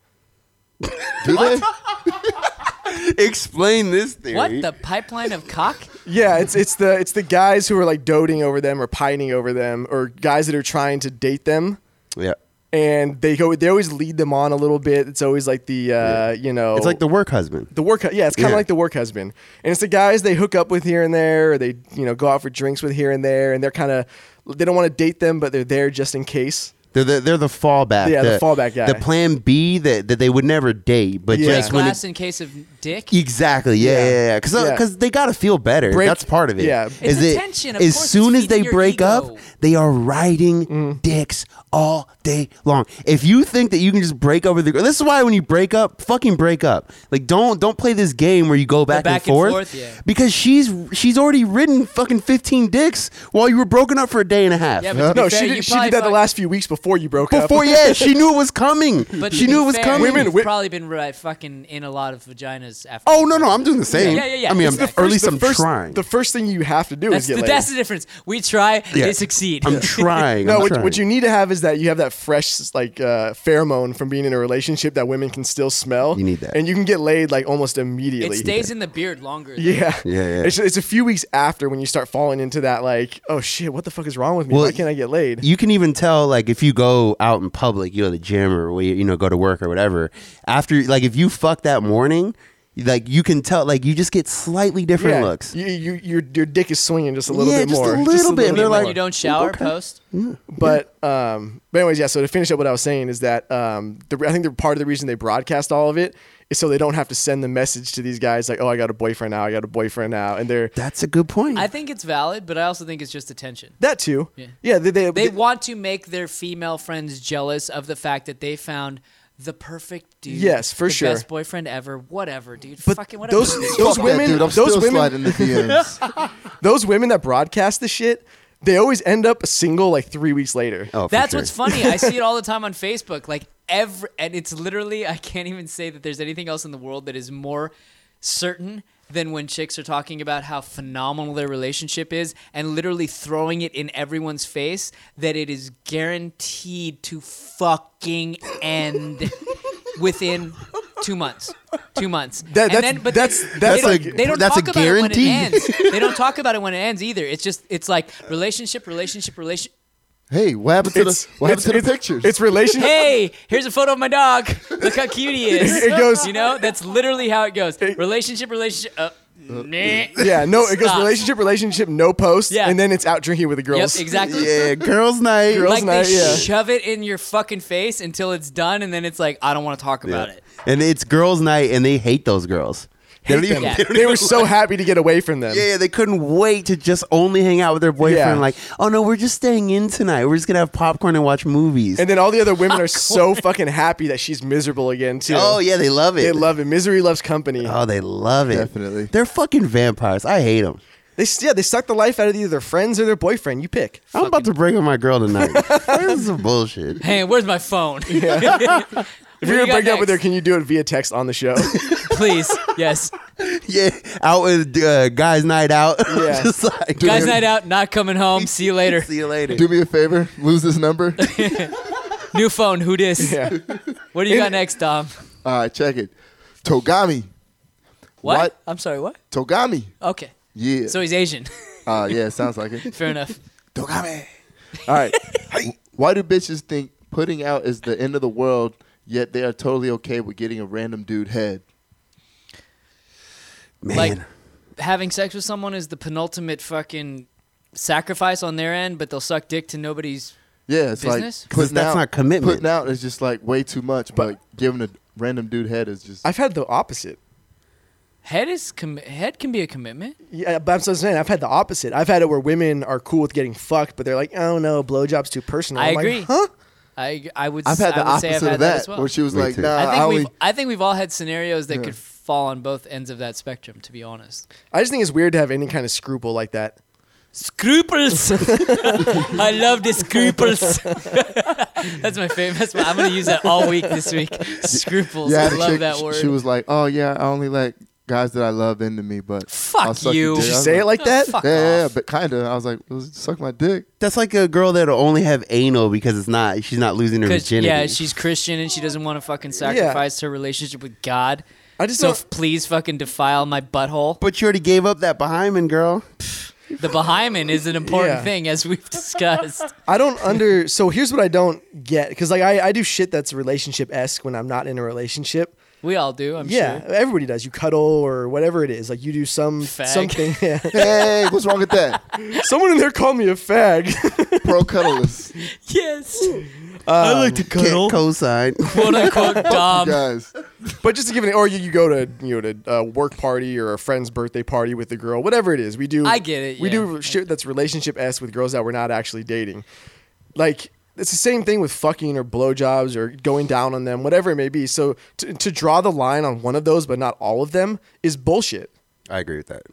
Speaker 3: Explain this theory.
Speaker 1: What the pipeline of cock?
Speaker 2: Yeah, it's it's the it's the guys who are like doting over them or pining over them or guys that are trying to date them
Speaker 3: Yeah.
Speaker 2: and they go they always lead them on a little bit. It's always like the uh, you know
Speaker 3: It's like the work husband.
Speaker 2: the work yeah it's kind of
Speaker 3: Yeah.
Speaker 2: like the work husband and it's the guys they hook up with here and there or they you know go out for drinks with here and there and they're kind of they don't want to date them but they're there just in case
Speaker 3: They're the, they're the fallback.
Speaker 2: Yeah, the fallback guy.
Speaker 3: The plan B that, that they would never date, but
Speaker 2: Yeah.
Speaker 3: just when it,
Speaker 1: Glass in case of dick.
Speaker 3: exactly, yeah,
Speaker 2: Yeah.
Speaker 3: yeah, yeah, because
Speaker 2: Yeah.
Speaker 3: they gotta feel better.
Speaker 2: Break-
Speaker 3: That's part of it.
Speaker 2: yeah.
Speaker 1: It's
Speaker 3: Is it-
Speaker 1: attention, of
Speaker 3: as
Speaker 1: course, it's
Speaker 3: soon as
Speaker 1: feeding
Speaker 3: they
Speaker 1: your
Speaker 3: break
Speaker 1: ego.
Speaker 3: up, they are riding
Speaker 2: Mm.
Speaker 3: dicks all day long. If you think that you can just break over the, girl, this is why when you break up, fucking break up. Like don't don't play this game where you go back,
Speaker 1: back and
Speaker 3: and forth,
Speaker 1: forth, yeah.
Speaker 3: because she's she's already ridden fucking fifteen dicks while you were broken up for a day and a half.
Speaker 1: Yeah, but to be
Speaker 2: no
Speaker 1: fair,
Speaker 2: she
Speaker 1: you
Speaker 2: did, she
Speaker 1: probably
Speaker 2: did that the
Speaker 1: fuck-
Speaker 2: last few weeks before you broke up
Speaker 3: Before, yeah, she knew it was coming.
Speaker 1: But
Speaker 3: she
Speaker 1: to
Speaker 3: knew
Speaker 1: be
Speaker 3: it was
Speaker 1: fair,
Speaker 3: coming.
Speaker 2: Women-
Speaker 1: you've
Speaker 2: wi-
Speaker 1: probably been right fucking in a lot of vaginas after.
Speaker 3: Oh no, no, I'm doing the same.
Speaker 1: Yeah, yeah, yeah.
Speaker 3: I mean,
Speaker 1: It's the
Speaker 3: I'm, or
Speaker 1: first-
Speaker 3: at least
Speaker 2: the
Speaker 3: I'm
Speaker 2: first,
Speaker 3: trying.
Speaker 2: The first thing you have to do
Speaker 1: That's
Speaker 2: is get
Speaker 1: the,
Speaker 2: laid.
Speaker 1: that's the difference. We try,
Speaker 3: Yeah.
Speaker 1: they succeed.
Speaker 3: I'm trying.
Speaker 2: no,
Speaker 3: I'm
Speaker 2: what,
Speaker 3: trying.
Speaker 2: what you need to have is that you have that fresh like uh, pheromone from being in a relationship that women can still smell.
Speaker 3: You need that.
Speaker 2: and you can get laid like almost
Speaker 1: it
Speaker 2: immediately.
Speaker 1: stays in the beard longer. though.
Speaker 2: yeah,
Speaker 3: Yeah, yeah.
Speaker 2: It's, it's a few weeks after when you start falling into that like, oh shit, what the fuck is wrong with me?
Speaker 3: Well,
Speaker 2: Why can't I get laid?
Speaker 3: You can even tell, like, if you go out in public, you go to the gym or we- you know go to work or whatever. After, like, if you fuck that morning, like you can tell, like, you just get slightly different looks.
Speaker 2: You, you, your, your dick is swinging just a little
Speaker 3: Yeah,
Speaker 2: bit
Speaker 3: just a
Speaker 2: more.
Speaker 3: little bit.
Speaker 1: When
Speaker 3: They're like-
Speaker 1: you don't shower
Speaker 3: okay.
Speaker 1: post.
Speaker 2: Mm. But um, but anyways, yeah. So to finish up what I was saying is that um, the, I think the part of the reason they broadcast all of it is so they don't have to send the message to these guys like, oh, I got a boyfriend now, I got a boyfriend now, and they're
Speaker 3: That's a good point.
Speaker 1: I think it's valid, but I also think it's just attention.
Speaker 2: that too. Yeah, they, they,
Speaker 1: They want to make their female friends jealous of the fact that they found the perfect dude.
Speaker 2: Yes, for
Speaker 1: the
Speaker 2: sure.
Speaker 1: Best boyfriend ever. Whatever, dude.
Speaker 2: But
Speaker 1: Fucking whatever.
Speaker 2: those-
Speaker 1: dude.
Speaker 2: those
Speaker 4: Fuck
Speaker 2: women-
Speaker 4: that, dude. I'm
Speaker 2: those
Speaker 4: still
Speaker 2: women-
Speaker 4: sliding the DMs.
Speaker 2: those women that broadcast the shit, they always end up single like three weeks later.
Speaker 3: oh, for
Speaker 1: That's
Speaker 3: sure.
Speaker 1: what's funny. I see it all the time on Facebook. Like every, and it's literally I can't even say that there's anything else in the world that is more certain than when chicks are talking about how phenomenal their relationship is and literally throwing it in everyone's face that it is guaranteed to fucking end within two months. Two months.
Speaker 2: That- that's-
Speaker 1: and then, but
Speaker 2: that's-
Speaker 1: they,
Speaker 2: that's
Speaker 1: they
Speaker 2: a-
Speaker 1: don't, they don't
Speaker 3: that's a
Speaker 1: talk about it when it
Speaker 3: guarantee.
Speaker 1: ends. They don't talk about it when it ends either. It's just it's like relationship, relationship, relationship.
Speaker 4: hey, what happened to the what happened to the
Speaker 2: it's-
Speaker 4: pictures?
Speaker 2: It's relationship.
Speaker 1: hey, here's a photo of my dog. Look how cute he is.
Speaker 2: It goes-
Speaker 1: You know, that's literally how it goes. Relationship, relationship. Uh, meh.
Speaker 2: Yeah, no, it goes
Speaker 1: Stop.
Speaker 2: relationship, relationship, no post,
Speaker 1: Yeah.
Speaker 2: and then it's out drinking with the
Speaker 1: Yep,
Speaker 2: girls.
Speaker 1: exactly.
Speaker 3: Yeah, girls' night.
Speaker 2: Girls'
Speaker 1: Like they
Speaker 2: night, yeah.
Speaker 1: shove it in your fucking face until it's done, and then it's like, I don't want to talk about it.
Speaker 3: And it's girls' night, and they hate those girls. They don't even-
Speaker 1: them.
Speaker 3: they don't
Speaker 2: They
Speaker 3: even
Speaker 2: were so happy to get away from them.
Speaker 3: Yeah, yeah, they couldn't wait to just only hang out with their boyfriend.
Speaker 2: Yeah.
Speaker 3: Like, oh no, we're just staying in tonight. We're just gonna have popcorn and watch movies.
Speaker 2: And then all the other women are so fucking happy that she's miserable again too.
Speaker 3: oh yeah, they love it.
Speaker 2: They love it. Misery loves company.
Speaker 4: Uh-huh.
Speaker 3: Oh, they love it.
Speaker 4: Definitely.
Speaker 3: They're fucking vampires. I hate them.
Speaker 2: They yeah, they suck the life out of either their friends or their boyfriend. You pick.
Speaker 3: I'm about to break up my girl tonight. this is some bullshit.
Speaker 1: Hey, where's my phone?
Speaker 2: If you're
Speaker 1: you
Speaker 2: gonna
Speaker 1: got
Speaker 2: break up with her,
Speaker 1: next?
Speaker 2: can you do it via text on the show?
Speaker 1: Please. Yes.
Speaker 3: Yeah, out with uh, guys' night out.
Speaker 2: Yeah.
Speaker 3: Just like,
Speaker 1: Guys' night out, not coming home. See you later.
Speaker 3: See you later.
Speaker 4: Do me a favor, lose this number.
Speaker 1: New phone. Who dis?
Speaker 2: yeah.
Speaker 1: What do you got next, Dom?
Speaker 4: All right, check it. Togami,
Speaker 1: What?
Speaker 4: What?
Speaker 1: I'm sorry. What?
Speaker 4: Togami.
Speaker 1: Okay.
Speaker 4: Yeah.
Speaker 1: So he's Asian.
Speaker 4: uh, yeah, sounds like it.
Speaker 1: Fair enough.
Speaker 4: Togami. All right. Why do bitches think putting out is the end of the world yet they are totally okay with getting a random dude head.
Speaker 3: Man.
Speaker 1: Like having sex with someone is the penultimate fucking sacrifice on their end, but they'll suck dick to nobody's.
Speaker 4: Yeah, it's
Speaker 1: Business?
Speaker 4: like
Speaker 3: 'Cause
Speaker 4: putting
Speaker 3: that's
Speaker 4: out,
Speaker 3: not commitment.
Speaker 4: Putting out is just like way too much, but, giving a random dude head is just.
Speaker 2: I've had the opposite.
Speaker 1: Head is com- head can be a commitment.
Speaker 2: Yeah, but I'm so saying I've had the opposite. I've had it where women are cool with getting fucked, but they're like, "Oh no, blowjob's too personal."
Speaker 1: I
Speaker 2: I'm like,
Speaker 1: agree.
Speaker 2: huh?
Speaker 1: I I would.
Speaker 4: I've had the
Speaker 1: I would say I've
Speaker 4: opposite
Speaker 1: had
Speaker 4: of that, uh,
Speaker 1: as well.
Speaker 4: where she was
Speaker 3: Me
Speaker 4: like,
Speaker 3: too.
Speaker 4: "Nah,
Speaker 1: I
Speaker 4: I,
Speaker 1: think
Speaker 4: only."
Speaker 1: we've I think we've all had scenarios that could fall on both ends of that spectrum. To be honest,
Speaker 2: I just think it's weird to have any kind of scruple like that.
Speaker 1: scruples. I love the scruples. that's my favorite. That's my, I'm gonna use that all week this week. Scruples.
Speaker 4: Yeah,
Speaker 1: I
Speaker 4: the
Speaker 1: love
Speaker 4: chick,
Speaker 1: that
Speaker 4: sh-
Speaker 1: word.
Speaker 4: She was like, "Oh yeah, I only like guys that I love into me, but I'll
Speaker 1: Fuck
Speaker 4: suck
Speaker 1: you.
Speaker 4: your
Speaker 2: Did
Speaker 4: dick." I
Speaker 2: you
Speaker 4: was
Speaker 2: say it like that?
Speaker 1: Fuck
Speaker 4: yeah, yeah, yeah,
Speaker 1: off.
Speaker 4: but kind of. I was like, "Well, "Suck my dick."
Speaker 3: That's like a girl that'll only have anal because it's not she's not losing her
Speaker 1: 'Cause,
Speaker 3: virginity.
Speaker 1: yeah, she's Christian and she doesn't want to fucking sacrifice her relationship with God.
Speaker 2: I just
Speaker 1: So
Speaker 2: don't.
Speaker 1: f- please fucking defile my butthole.
Speaker 3: but you already gave up that behind girl.
Speaker 1: The Bahamian is an important
Speaker 2: Yeah.
Speaker 1: thing, as we've discussed.
Speaker 2: I don't under. So here's what I don't get because like I, I do shit that's relationship esque when I'm not in a relationship.
Speaker 1: We all do, I'm
Speaker 2: yeah,
Speaker 1: sure.
Speaker 2: everybody does. You cuddle or whatever it is. Like you do some
Speaker 1: Fag.
Speaker 2: something. Yeah.
Speaker 4: Hey, what's wrong with that?
Speaker 2: Someone in there called me a fag.
Speaker 4: Pro cuddlers,
Speaker 1: Yes.
Speaker 2: Um,
Speaker 3: I like to cuddle. Can't co-sign.
Speaker 1: Quote unquote Dom.
Speaker 4: guys.
Speaker 2: But just to give an, or you, you go to you know to a work party or a friend's birthday party with the girl, whatever it is. We do.
Speaker 1: I get it,
Speaker 2: We
Speaker 1: yeah.
Speaker 2: do shit that's relationship s with girls that we're not actually dating. Like it's the same thing with fucking or blowjobs or going down on them, whatever it may be. So to, to draw the line on one of those but not all of them is bullshit.
Speaker 3: I agree with that.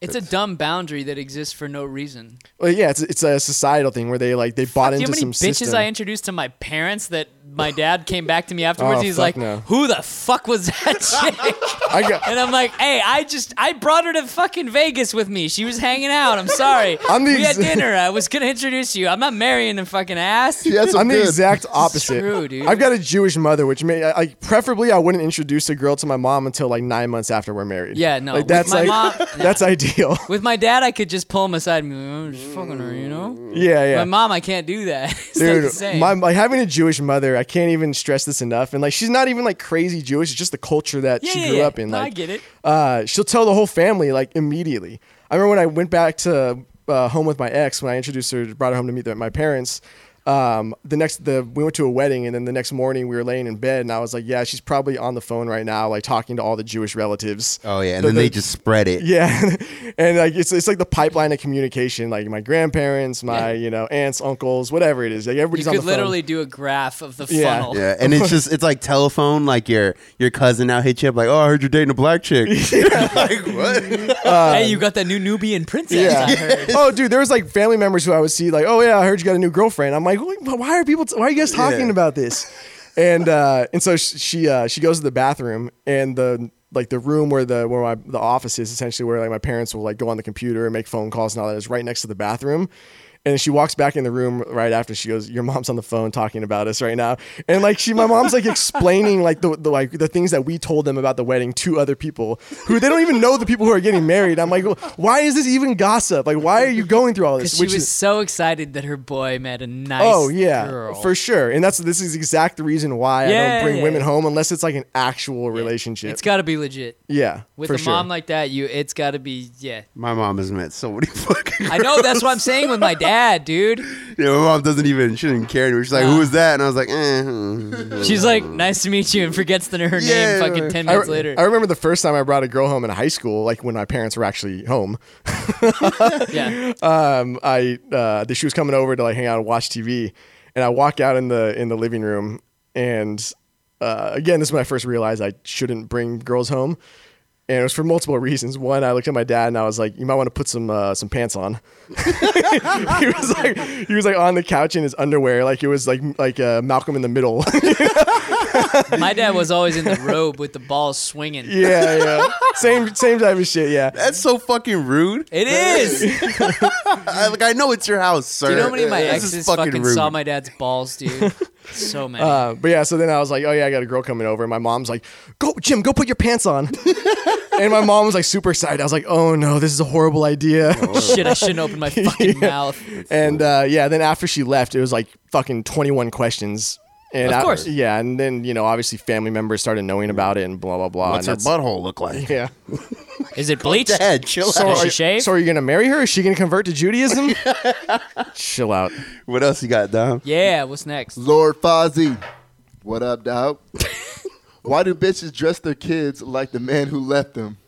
Speaker 1: It's a dumb boundary that exists for no reason.
Speaker 2: Like, yeah, it's it's a societal thing where they like they bought
Speaker 1: Do you know
Speaker 2: into
Speaker 1: how many
Speaker 2: some
Speaker 1: bitches
Speaker 2: system.
Speaker 1: I introduced to my parents that my dad came back to me afterwards?
Speaker 2: Oh,
Speaker 1: He's
Speaker 2: fuck
Speaker 1: like,
Speaker 2: no.
Speaker 1: "Who the fuck was that chick?"
Speaker 2: I got.
Speaker 1: and I'm like, "Hey, I just I brought her to fucking Vegas with me. She was hanging out. I'm sorry.
Speaker 2: I'm the
Speaker 1: we had
Speaker 2: ex-
Speaker 1: dinner. I was gonna introduce you. I'm not marrying a fucking ass."
Speaker 4: Yeah, that's
Speaker 2: I'm the
Speaker 4: good.
Speaker 2: exact opposite.
Speaker 1: true, dude.
Speaker 2: I've got a Jewish mother, which may I, I preferably I wouldn't introduce a girl to my mom until like nine months after we're married.
Speaker 1: Yeah, no,
Speaker 2: like
Speaker 1: with
Speaker 2: that's
Speaker 1: my
Speaker 2: like
Speaker 1: mom-
Speaker 2: that's ideal.
Speaker 1: With my dad, I could just pull him aside and be like, "I'm just fucking her," you know.
Speaker 2: yeah, yeah.
Speaker 1: Mm. My mom, I can't do that. It's not the
Speaker 2: Dude,
Speaker 1: same.
Speaker 2: my, like having a Jewish mother, I can't even stress this enough. And like, she's not even like crazy Jewish; it's just the culture that
Speaker 1: yeah,
Speaker 2: she
Speaker 1: yeah,
Speaker 2: grew
Speaker 1: yeah.
Speaker 2: up in.
Speaker 1: No,
Speaker 2: Like,
Speaker 1: I get it.
Speaker 2: uh, she'll tell the whole family like immediately. I remember when I went back to uh, home with my ex when I introduced her, brought her home to meet my parents. Um, the next, the we went to a wedding, and then the next morning we were laying in bed, and I was like, "Yeah, she's probably on the phone right now, like talking to all the Jewish relatives."
Speaker 3: Oh yeah, and
Speaker 2: The-
Speaker 3: then
Speaker 2: the-
Speaker 3: they just spread it.
Speaker 2: yeah, and like it's it's like the pipeline of communication, like my grandparents, my you know aunts, uncles, whatever it is, like everybody's
Speaker 1: You
Speaker 2: on the
Speaker 1: could
Speaker 2: phone.
Speaker 1: literally do a graph of the
Speaker 2: Yeah.
Speaker 1: funnel.
Speaker 3: Yeah, and it's just it's like telephone. Like your your cousin now hits you up like, oh, I heard you're dating a black chick. like what?
Speaker 1: hey, you got that new Nubian princess? I heard.
Speaker 2: oh, dude, there was like family members who I would see like, oh yeah, I heard you got a new girlfriend. I'm like, "Wait, but why are people? T- why are you guys talking
Speaker 3: Yeah.
Speaker 2: about this? And uh, and so sh- she uh, she goes to the bathroom and the like the room where the where my the office is essentially where like my parents will like go on the computer and make phone calls and all that is right next to the bathroom. And she walks back in the room right after. She goes, "Your mom's on the phone talking about us right now." And like she, my mom's like explaining like the, the like the things that we told them about the wedding to other people who they don't even know the people who are getting married. I'm like, well, why is this even gossip? Like, why are you going through all this?
Speaker 1: She was so excited that her boy met a nice
Speaker 2: oh yeah,
Speaker 1: girl.
Speaker 2: for sure. And that's this is exact the reason why I
Speaker 1: Yeah,
Speaker 2: don't bring
Speaker 1: yeah,
Speaker 2: women
Speaker 1: yeah.
Speaker 2: home unless it's like an actual relationship.
Speaker 1: It's got to be legit.
Speaker 2: yeah,
Speaker 1: With
Speaker 2: for
Speaker 1: a
Speaker 2: sure.
Speaker 1: mom like that, you it's got to be yeah.
Speaker 3: My mom has met so many fucking.
Speaker 1: I know that's what I'm saying with my dad, dude.
Speaker 3: Yeah, my mom doesn't even she didn't care anymore. She's like,
Speaker 1: Nah.
Speaker 3: who is that? And I was like, eh. mm.
Speaker 1: She's like, "Nice to meet you," and forgets the, her name
Speaker 3: Yeah,
Speaker 1: fucking
Speaker 3: right.
Speaker 1: ten
Speaker 2: I,
Speaker 1: minutes
Speaker 2: re-
Speaker 1: later.
Speaker 2: I remember the first time I brought a girl home in high school, like when my parents were actually home.
Speaker 1: yeah,
Speaker 2: um, I uh, the, she was coming over to like hang out and watch TV, and I walk out in the in the living room, and uh, again, this is when I first realized I shouldn't bring girls home, and it was for multiple reasons. One, I looked at my dad and I was like, "You might want to put some uh, some pants on." he was like, he was like on the couch in his underwear, like it was like like uh, Malcolm in the Middle.
Speaker 1: my dad was always in the robe with the balls swinging.
Speaker 2: yeah, yeah, same same type of shit. Yeah,
Speaker 3: That's so fucking rude.
Speaker 1: It is. Do
Speaker 3: I, like I know it's your house, sir.
Speaker 1: you know how many of my
Speaker 3: This is
Speaker 1: exes fucking,
Speaker 3: rude.
Speaker 1: saw my dad's balls, dude? So many.
Speaker 2: Uh, but yeah, so then I was like, oh yeah, I got a girl coming over. And my mom's like, go, Jim, go put your pants on. and my mom was like super excited. I was like, oh no, this is a horrible idea.
Speaker 1: Shit, I shouldn't open my fucking mouth.
Speaker 2: and uh, yeah, then after she left, it was like fucking 21 questions. And
Speaker 1: Of
Speaker 2: I-
Speaker 1: course.
Speaker 2: yeah, and then you know, obviously, family members started knowing about it, and blah blah blah.
Speaker 3: What's her
Speaker 2: and that's-
Speaker 3: butthole look like?
Speaker 2: Yeah.
Speaker 1: Is it bleached?
Speaker 3: Dad, chill
Speaker 1: So-
Speaker 3: out.
Speaker 1: Does she
Speaker 2: are-
Speaker 1: shave?
Speaker 2: so are you gonna marry her? Is she gonna convert to Judaism? Chill out.
Speaker 3: What else you got, Dom?
Speaker 1: Yeah. What's next?
Speaker 4: Lord Fozzie. What up, dog? Why do bitches dress their kids like the man who left them?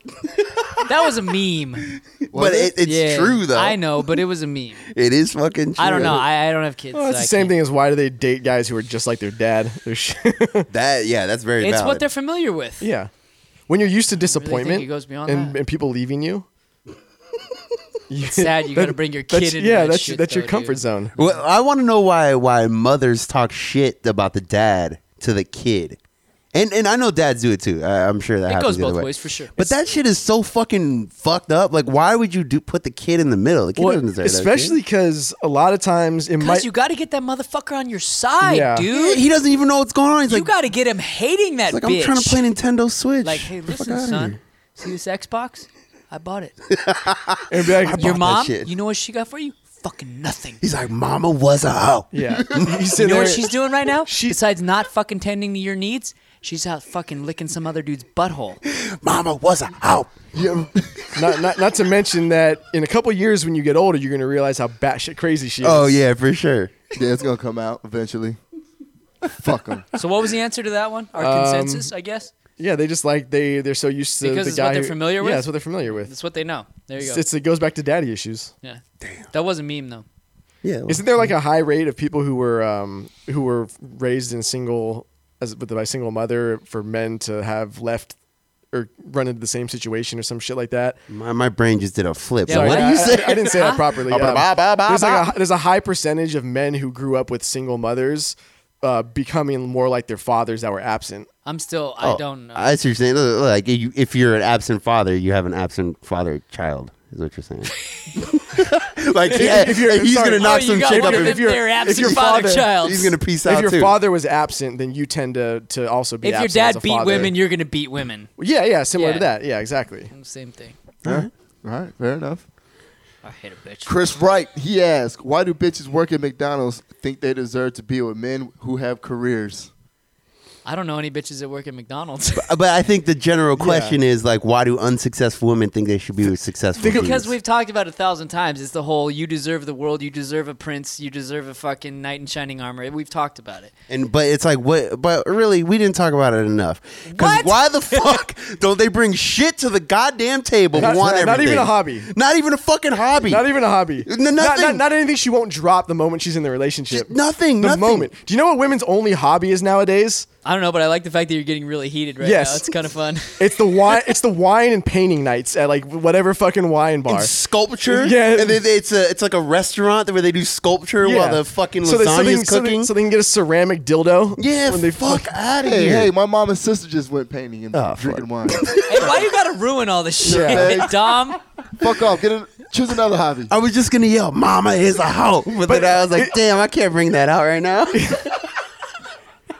Speaker 1: That was a meme.
Speaker 4: Was
Speaker 3: But it, it's
Speaker 1: Yeah.
Speaker 3: true though.
Speaker 1: I know, but it was a meme.
Speaker 3: It is fucking true.
Speaker 1: I don't know. I, I don't have kids.
Speaker 2: Well, it's
Speaker 1: so
Speaker 2: the
Speaker 1: I
Speaker 2: same
Speaker 1: can't-
Speaker 2: thing as why do they date guys who are just like their dad? They're sh-
Speaker 3: that yeah, that's very
Speaker 1: It's
Speaker 3: valid.
Speaker 1: what they're familiar with.
Speaker 2: yeah. When you're used to
Speaker 1: think
Speaker 2: disappointment
Speaker 1: it goes beyond
Speaker 2: and,
Speaker 1: that?
Speaker 2: and people leaving you,
Speaker 1: It's sad you
Speaker 2: that-
Speaker 1: got to bring your kid
Speaker 2: that's,
Speaker 1: into
Speaker 2: yeah,
Speaker 1: that
Speaker 2: that's
Speaker 1: shit,
Speaker 2: that's your
Speaker 1: though,
Speaker 2: comfort
Speaker 1: dude.
Speaker 2: zone.
Speaker 3: Well, I want to know why why mothers talk shit about the dad to the kid, and and I know dads do it too. I, I'm sure that
Speaker 1: It
Speaker 3: happens
Speaker 1: goes
Speaker 3: the other
Speaker 1: both
Speaker 3: way.
Speaker 1: ways for sure.
Speaker 3: But that shit is so fucking fucked up. Like, why would you do put the kid in the middle? The kid
Speaker 2: Well,
Speaker 3: doesn't deserve that shit.
Speaker 2: especially because a lot of times it
Speaker 1: Because
Speaker 2: might.
Speaker 1: you got to get that motherfucker on your side,
Speaker 2: Yeah.
Speaker 1: dude.
Speaker 3: He- he doesn't even know what's going on. He's
Speaker 1: you
Speaker 3: like,
Speaker 1: got to get him hating that
Speaker 3: he's like
Speaker 1: bitch.
Speaker 3: I'm trying to play Nintendo Switch.
Speaker 1: Like, hey,
Speaker 3: Get the fuck
Speaker 1: listen,
Speaker 3: outta
Speaker 1: son.
Speaker 3: here.
Speaker 1: See this Xbox? I bought it.
Speaker 2: and be like,
Speaker 3: bought
Speaker 1: Your
Speaker 3: that
Speaker 1: mom?
Speaker 3: shit.
Speaker 1: You know what she got for you? Fucking nothing.
Speaker 3: He's like, Mama was a hoe.
Speaker 2: yeah, you
Speaker 1: You
Speaker 2: sit
Speaker 1: know
Speaker 2: there.
Speaker 1: what she's doing right now?
Speaker 2: She-
Speaker 1: Besides not fucking tending to your needs, she's out fucking licking some other dude's butthole.
Speaker 3: Mama was a hoe.
Speaker 4: Yeah.
Speaker 2: not, not not to mention that in a couple years when you get older, you're gonna realize how batshit crazy she is.
Speaker 3: Oh yeah, for sure.
Speaker 4: yeah, it's gonna come out eventually. Fuck them.
Speaker 1: So what was the answer to that one? Our
Speaker 3: Um,
Speaker 1: consensus, I guess.
Speaker 2: Yeah, they just like they they're so used to
Speaker 1: Because
Speaker 2: the
Speaker 1: it's
Speaker 2: guy
Speaker 1: what they're
Speaker 2: who-
Speaker 1: familiar with?
Speaker 2: Yeah, that's what they're familiar with.
Speaker 1: That's what they know. There you go.
Speaker 2: It's, it's- it goes back to daddy issues.
Speaker 1: yeah. Damn. That was a meme though.
Speaker 3: Yeah. well,
Speaker 2: Isn't there like a high rate of people who were um, who were raised in single as with by single mother for men to have left or run into the same situation or some shit like that?
Speaker 3: my, my brain just did a flip.
Speaker 1: Yeah, why
Speaker 3: Like, what
Speaker 1: do
Speaker 3: do
Speaker 2: I,
Speaker 3: you
Speaker 2: I-
Speaker 3: say?
Speaker 2: I, didn't say that properly.
Speaker 3: Ba-
Speaker 2: um,
Speaker 3: ba- ba- ba-
Speaker 2: there's,
Speaker 3: ba.
Speaker 2: like a, there's a high percentage of men who grew up with single mothers uh, becoming more like their fathers that were absent.
Speaker 1: I'm still I don't know.
Speaker 3: Oh, I see what you're saying. Like, you- if you're an absent father, you have an absent father child. Is what you're saying. like, yeah,
Speaker 2: If you're-
Speaker 3: he's
Speaker 2: sorry.
Speaker 3: gonna knock
Speaker 1: oh,
Speaker 3: some
Speaker 1: you got
Speaker 3: chick
Speaker 1: one of
Speaker 3: up. and-
Speaker 1: them
Speaker 2: you're-
Speaker 1: there
Speaker 2: if
Speaker 1: absent
Speaker 2: your
Speaker 1: father,
Speaker 2: father-
Speaker 1: child.
Speaker 3: He's gonna peace out
Speaker 2: if your
Speaker 3: too.
Speaker 2: father was absent, then you tend to to also be.
Speaker 1: if your
Speaker 2: absent as
Speaker 1: dad
Speaker 2: a
Speaker 1: beat
Speaker 2: father.
Speaker 1: women, you're gonna beat women.
Speaker 2: yeah, yeah, similar to
Speaker 1: Yeah.
Speaker 2: that. Yeah, exactly.
Speaker 1: Same thing.
Speaker 4: All right, fair enough.
Speaker 1: I hate a bitch.
Speaker 4: Chris Wright, he asked, why do bitches work at McDonald's think they deserve to be with men who have careers?
Speaker 1: I don't know any bitches that work at McDonald's.
Speaker 3: but I think the general question is like, why do unsuccessful women think they should be with successful?
Speaker 1: because
Speaker 3: dudes?
Speaker 1: we've talked about it a thousand times. It's the whole you deserve the world, you deserve a prince, you deserve a fucking knight in shining armor. We've talked about it.
Speaker 3: and but it's like what? But really, we didn't talk about it enough.
Speaker 1: What?
Speaker 3: Because why the fuck don't they bring shit to the goddamn table?
Speaker 2: Not-
Speaker 3: but want
Speaker 2: not- not even
Speaker 3: everything?
Speaker 2: a hobby.
Speaker 3: Not even a fucking hobby.
Speaker 2: Not even a hobby.
Speaker 3: N-
Speaker 2: Not, not,
Speaker 3: nothing.
Speaker 2: not anything she won't drop the moment she's in the relationship.
Speaker 3: nothing,
Speaker 2: The
Speaker 3: nothing.
Speaker 2: moment. Do you know what women's only hobby is nowadays?
Speaker 1: I don't know, but I like the fact that you're getting really heated right
Speaker 2: Yes.
Speaker 1: now. It's kind of fun.
Speaker 2: It's the wine. it's the wine and painting nights at like whatever fucking wine bar.
Speaker 3: sculpture.
Speaker 2: Yeah.
Speaker 3: and then it's a it's like a restaurant where they do sculpture
Speaker 2: Yeah.
Speaker 3: while the fucking
Speaker 2: so they, so,
Speaker 3: lasagna
Speaker 2: they,
Speaker 3: is
Speaker 2: so they-
Speaker 3: cooking.
Speaker 2: so they can get a ceramic dildo.
Speaker 3: yeah,
Speaker 2: when they
Speaker 3: fuck out of
Speaker 4: Hey,
Speaker 3: here.
Speaker 4: hey, my mom and sister just went painting and
Speaker 1: Ah,
Speaker 3: Oh,
Speaker 4: drinking wine.
Speaker 1: hey, why you gotta ruin all this shit,
Speaker 4: Yeah.
Speaker 1: Dom?
Speaker 4: Fuck off. Get in, choose another hobby.
Speaker 3: I was just gonna yell, "Mama is a hoe," but, then I was like, "Damn, I can't bring that out right now."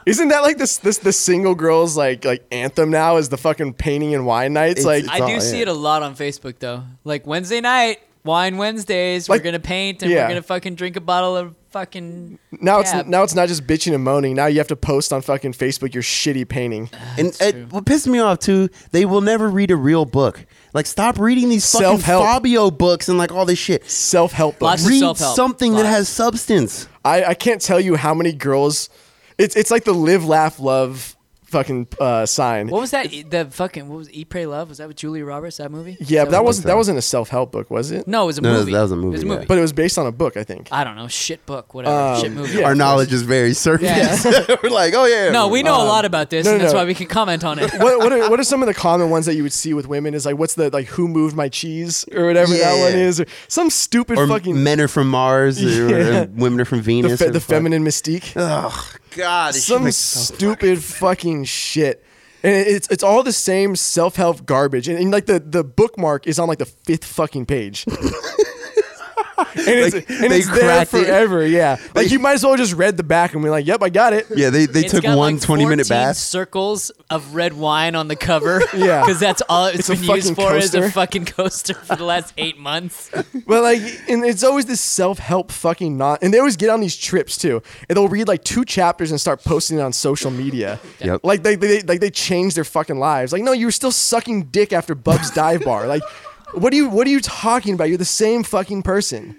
Speaker 2: Isn't that like this this the single girls like like anthem now is the fucking painting and wine nights
Speaker 3: It's-
Speaker 2: like
Speaker 1: I do
Speaker 3: all-
Speaker 1: see
Speaker 3: yeah.
Speaker 1: it a lot on Facebook though. Like Wednesday night, wine Wednesdays.
Speaker 2: Like-
Speaker 1: we're gonna paint and
Speaker 2: yeah.
Speaker 1: we're gonna fucking drink a bottle of fucking.
Speaker 2: now it's
Speaker 1: cab.
Speaker 2: now it's not just bitching and moaning now you have to post on fucking Facebook your shitty painting
Speaker 3: and it, what pissed me off too, they will never read a real book. Like, stop reading these fucking
Speaker 2: Self-help.
Speaker 3: Fabio books and like all this shit.
Speaker 2: self help
Speaker 1: Lots
Speaker 2: books.
Speaker 1: of
Speaker 3: Read
Speaker 1: self-help.
Speaker 3: something that
Speaker 1: Lots.
Speaker 3: has substance.
Speaker 2: I, I can't tell you how many girls. It's it's like the live laugh love fucking uh, sign.
Speaker 1: What was that? E, The fucking what was Eat Pray Love? Was that with Julia Roberts? That movie? Is
Speaker 2: yeah, but that
Speaker 1: what-
Speaker 2: wasn't that wasn't a self help book, was it?
Speaker 1: No, it was a
Speaker 3: No, that was-
Speaker 1: movie.
Speaker 3: that was a movie,
Speaker 1: It was a
Speaker 3: yeah.
Speaker 1: movie.
Speaker 2: But it was based on a book, I think.
Speaker 1: I don't know. Shit book. Whatever. shit movie.
Speaker 2: Um, yeah.
Speaker 3: Our knowledge is very surface. We're like, oh yeah.
Speaker 1: No, we
Speaker 2: Uh,
Speaker 1: know a lot about this,
Speaker 2: Um, no,
Speaker 1: and
Speaker 2: no,
Speaker 1: that's
Speaker 2: no.
Speaker 1: why we can comment on it.
Speaker 2: what what are, what are some of the common ones that you would see with women? Is like what's the like who moved my cheese or whatever that
Speaker 3: Yeah.
Speaker 2: one is, or some stupid
Speaker 3: Or
Speaker 2: fucking
Speaker 3: men are from Mars, or,
Speaker 2: Yeah.
Speaker 3: women are from
Speaker 2: the,
Speaker 3: Venus.
Speaker 2: fe-
Speaker 3: or
Speaker 2: the
Speaker 3: fuck-
Speaker 2: feminine mystique.
Speaker 3: Oh God, it's
Speaker 2: some stupid fucking shit. And it- it's it's all the same self help garbage. And, and like the, the bookmark is on like the fifth fucking page. and it's,
Speaker 3: Like,
Speaker 2: and
Speaker 3: they
Speaker 2: it's there
Speaker 3: cracked it.
Speaker 2: forever. Yeah, like you might as well just read the back and be like, "Yep, I got it."
Speaker 3: Yeah, they, they
Speaker 1: It's
Speaker 3: took
Speaker 1: got
Speaker 3: one
Speaker 1: like
Speaker 3: 20 minute
Speaker 1: 14
Speaker 3: bath.
Speaker 1: Circles of red wine on the cover.
Speaker 2: Yeah.
Speaker 1: because that's all it's
Speaker 2: It's a
Speaker 1: been used
Speaker 2: fucking
Speaker 1: for is a
Speaker 2: coaster.
Speaker 1: fucking coaster for the last eight months.
Speaker 2: But like, and it's always this self help fucking not. And they always get on these trips too, and they'll read like two chapters and start posting it on social media.
Speaker 3: Yep.
Speaker 2: Like they, they like they change their fucking lives. Like no, you were still sucking dick after Bub's dive bar. Like, what are you what are you talking about? You're the same fucking person.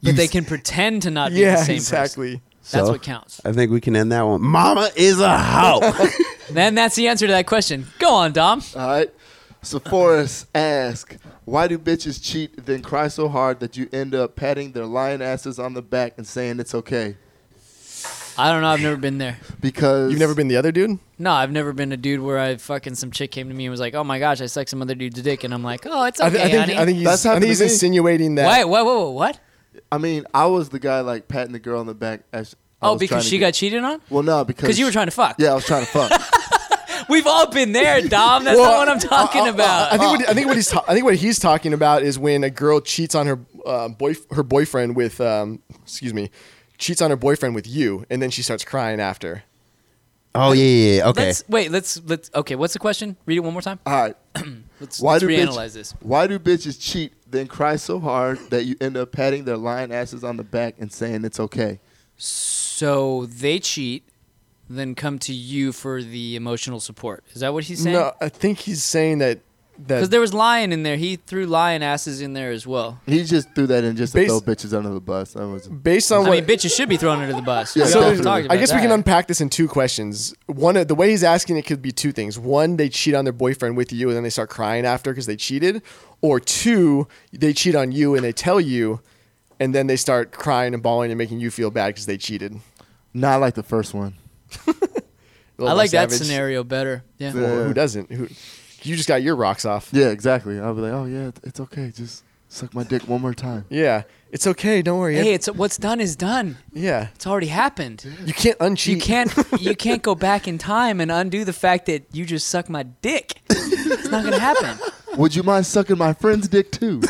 Speaker 1: But they can pretend to not be the
Speaker 2: yeah,
Speaker 1: same person.
Speaker 2: exactly.
Speaker 1: That's
Speaker 3: So,
Speaker 1: what counts.
Speaker 3: I think we can end that one. Mama is a hoe.
Speaker 1: Then that's the answer to that question. Go on, Dom.
Speaker 4: All right. Sephora's ask, why do bitches cheat then cry so hard that you end up patting their lying asses on the back and saying it's okay?
Speaker 1: I don't know. I've never been there.
Speaker 4: Because
Speaker 2: You've never been the other dude.
Speaker 1: No, I've never been a dude where I fucking some chick came to me and was like, "Oh my gosh, I sucked some other dude's dick," and I'm like, "Oh, it's
Speaker 2: I,
Speaker 1: okay,
Speaker 2: th- I think
Speaker 1: honey."
Speaker 2: I think he's,
Speaker 4: That's
Speaker 2: I
Speaker 4: happened
Speaker 2: think
Speaker 4: to
Speaker 2: he's
Speaker 4: me.
Speaker 2: insinuating that.
Speaker 1: Wait, whoa, whoa, whoa, what?
Speaker 4: I mean, I was the guy like patting the girl on the back as I
Speaker 1: Oh,
Speaker 4: was trying
Speaker 1: because
Speaker 4: to
Speaker 1: she
Speaker 4: get-
Speaker 1: got cheated on?
Speaker 4: Well, no, because
Speaker 1: Because you were trying to fuck.
Speaker 4: Yeah, I was trying to fuck.
Speaker 1: We've all been there, Dom. That's
Speaker 2: Well,
Speaker 1: not what I'm talking about.
Speaker 2: I think what, I think what he's ta- I think what he's talking about is when a girl cheats on her uh, boy her boyfriend with um, excuse me cheats on her boyfriend with you and then she starts crying after.
Speaker 3: oh, yeah, yeah, yeah. Okay.
Speaker 1: Let's wait. Let's let's. Okay, what's the question? Read it one more time.
Speaker 4: All right.
Speaker 1: Let's,
Speaker 4: Why
Speaker 1: let's
Speaker 4: do bitch-
Speaker 1: reanalyze this.
Speaker 4: Why do bitches cheat then cry so hard that you end up patting their lying asses on the back and saying it's okay?
Speaker 1: So they cheat, then come to you for the emotional support. Is that what he's saying?
Speaker 2: No, I think he's saying that
Speaker 1: Because
Speaker 2: that
Speaker 1: there was lion in there. He threw lion asses in there as well.
Speaker 4: He just threw that in just to
Speaker 2: Bas-
Speaker 4: throw bitches under the bus. That was
Speaker 2: based on
Speaker 1: I
Speaker 2: what
Speaker 1: mean, bitches should be thrown under the bus.
Speaker 4: Yeah,
Speaker 1: We
Speaker 2: so
Speaker 1: all
Speaker 2: there's-
Speaker 1: talked
Speaker 2: I
Speaker 1: about
Speaker 2: guess we
Speaker 1: that.
Speaker 2: can unpack this in two questions. One, uh, the way he's asking it could be two things. One, they cheat on their boyfriend with you and then they start crying after because they cheated, or two, they cheat on you and they tell you, and then they start crying and bawling and making you feel bad because they cheated.
Speaker 4: not like the first one.
Speaker 2: A little
Speaker 1: I like
Speaker 2: more
Speaker 1: that
Speaker 2: savage.
Speaker 1: scenario better. Yeah.
Speaker 4: Yeah.
Speaker 2: Well, who doesn't? Who? You just got your rocks off.
Speaker 4: Yeah, exactly. I'll be like, oh yeah, it- it's okay. Just suck my dick one more time.
Speaker 2: Yeah, it's okay. Don't worry.
Speaker 1: Hey, it's what's done is done.
Speaker 2: yeah,
Speaker 1: It's already happened.
Speaker 2: you can't uncheat.
Speaker 1: You can't you can't go back in time and undo the fact that you just sucked my dick. It's not gonna happen.
Speaker 4: Would you mind sucking my friend's dick too?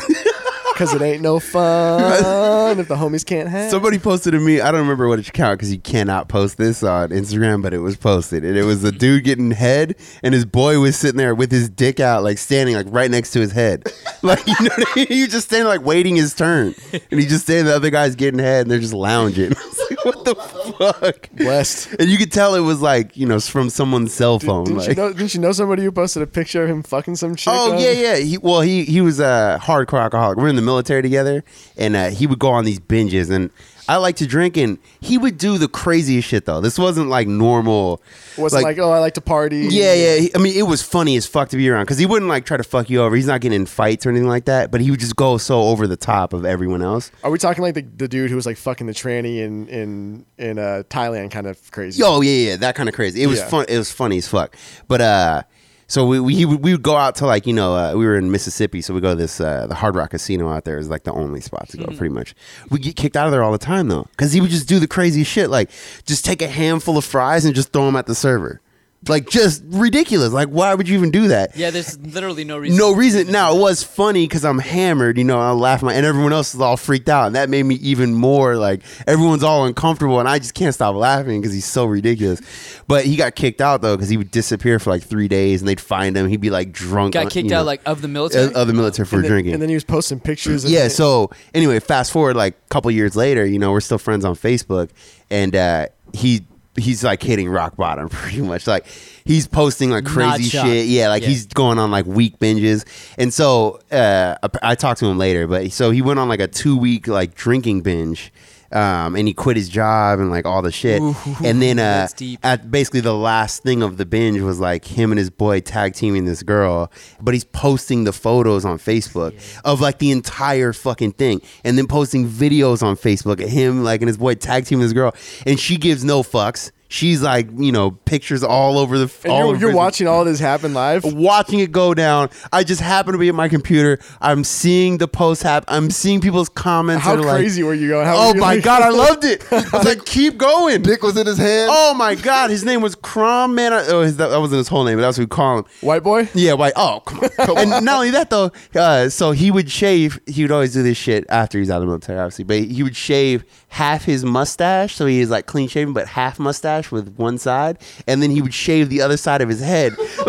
Speaker 2: because it ain't no fun if the homies can't
Speaker 1: uh,
Speaker 2: have.
Speaker 3: Somebody posted to me. I don't remember what account because you cannot post this on Instagram, but it was posted, and it was a dude getting head, and his boy was sitting there with his dick out, like standing like right next to his head, like you know, what I mean? he was just standing like waiting his turn, and he just standing. The other guy's getting head, and they're just lounging. I was like, what the fuck?
Speaker 2: Blessed.
Speaker 3: And you could tell it was like you know s- from someone's cell phone.
Speaker 2: Didn't, you
Speaker 3: like,
Speaker 2: know, didn't you know somebody who posted a picture of him fucking some chick?
Speaker 3: Oh
Speaker 2: on-
Speaker 3: yeah, yeah. He, well, he he was a hardcore alcoholic. We're in the military together, and uh, he would go on these binges. And I like to drink, and he would do the craziest shit though. This wasn't like normal.
Speaker 2: Wasn't like, oh, I like to party.
Speaker 3: yeah, yeah. He- I mean, it was funny as fuck to be around because he wouldn't like try to fuck you over. He's not getting in fights or anything like that. But he would just go so over the top of everyone else.
Speaker 2: Are we talking like the, the dude who was like fucking the tranny in in in uh, Thailand, kind of crazy?
Speaker 3: Yo, yeah, yeah, that kind of crazy. It was
Speaker 2: Yeah.
Speaker 3: fun. It was funny as fuck. But uh, so we we he would, we would go out to like you know uh, we were in Mississippi, so we go to this uh, the Hard Rock Casino out there is like the only spot to go pretty much. We get kicked out of there all the time though, because he would just do the crazy shit like just take a handful of fries and just throw them at the server, like just ridiculous. Like why would you even do that?
Speaker 1: Yeah, there's literally no reason.
Speaker 3: No reason. Now it was funny because I'm hammered, you know. I laugh my and everyone else is all freaked out, and that made me even more like everyone's all uncomfortable, and I just can't stop laughing because he's so ridiculous. But he got kicked out though because he would disappear for like three days, and they'd find him. He'd be like drunk.
Speaker 1: Got
Speaker 3: on-
Speaker 1: kicked
Speaker 3: you
Speaker 1: out
Speaker 3: know, uh,
Speaker 1: like of the military.
Speaker 3: of of the military for
Speaker 2: and then,
Speaker 3: drinking.
Speaker 2: and then he was posting pictures. Of
Speaker 3: yeah. So anyway, fast forward like a couple years later, you know, we're still friends on Facebook, and uh, he. He's like hitting rock bottom pretty much. Like he's posting like crazy
Speaker 1: shocked.
Speaker 3: shit. Yeah, like
Speaker 1: Yeah.
Speaker 3: he's going on like week binges. And so uh, I talked to him later, but so he went on like a two week like drinking binge. Um, and he quit his job and like all the shit. and then uh,
Speaker 1: that's deep.
Speaker 3: at basically the last thing of the binge was like him and his boy tag teaming this girl, but he's posting the photos on Facebook of like the entire fucking thing, and then posting videos on Facebook of him like and his boy tag teaming this girl, and she gives no fucks. She's like, you know, pictures all over the.
Speaker 2: And
Speaker 3: all
Speaker 2: you're,
Speaker 3: over
Speaker 2: you're
Speaker 3: prison.
Speaker 2: watching all this happen live.
Speaker 3: watching it go down. I just happen to be at my computer. I'm seeing the post hap. I'm seeing people's comments.
Speaker 2: How
Speaker 3: that are
Speaker 2: crazy
Speaker 3: Like,
Speaker 2: were you going? How
Speaker 3: oh
Speaker 2: were you
Speaker 3: my
Speaker 2: like-
Speaker 3: god, I loved it. I was like, keep going.
Speaker 4: Dick was in his hand.
Speaker 3: Oh my god, his name was Crom man. I- Oh, his, that wasn't his whole name, but that's what we call him.
Speaker 2: White boy.
Speaker 3: Yeah, why? Oh, come on. and not only that though, uh, so he would shave. He would always do this shit after he's out of the military, obviously. But he would shave half his mustache, so he is like clean shaven, but half mustache with one side, and then he would shave the other side of his head.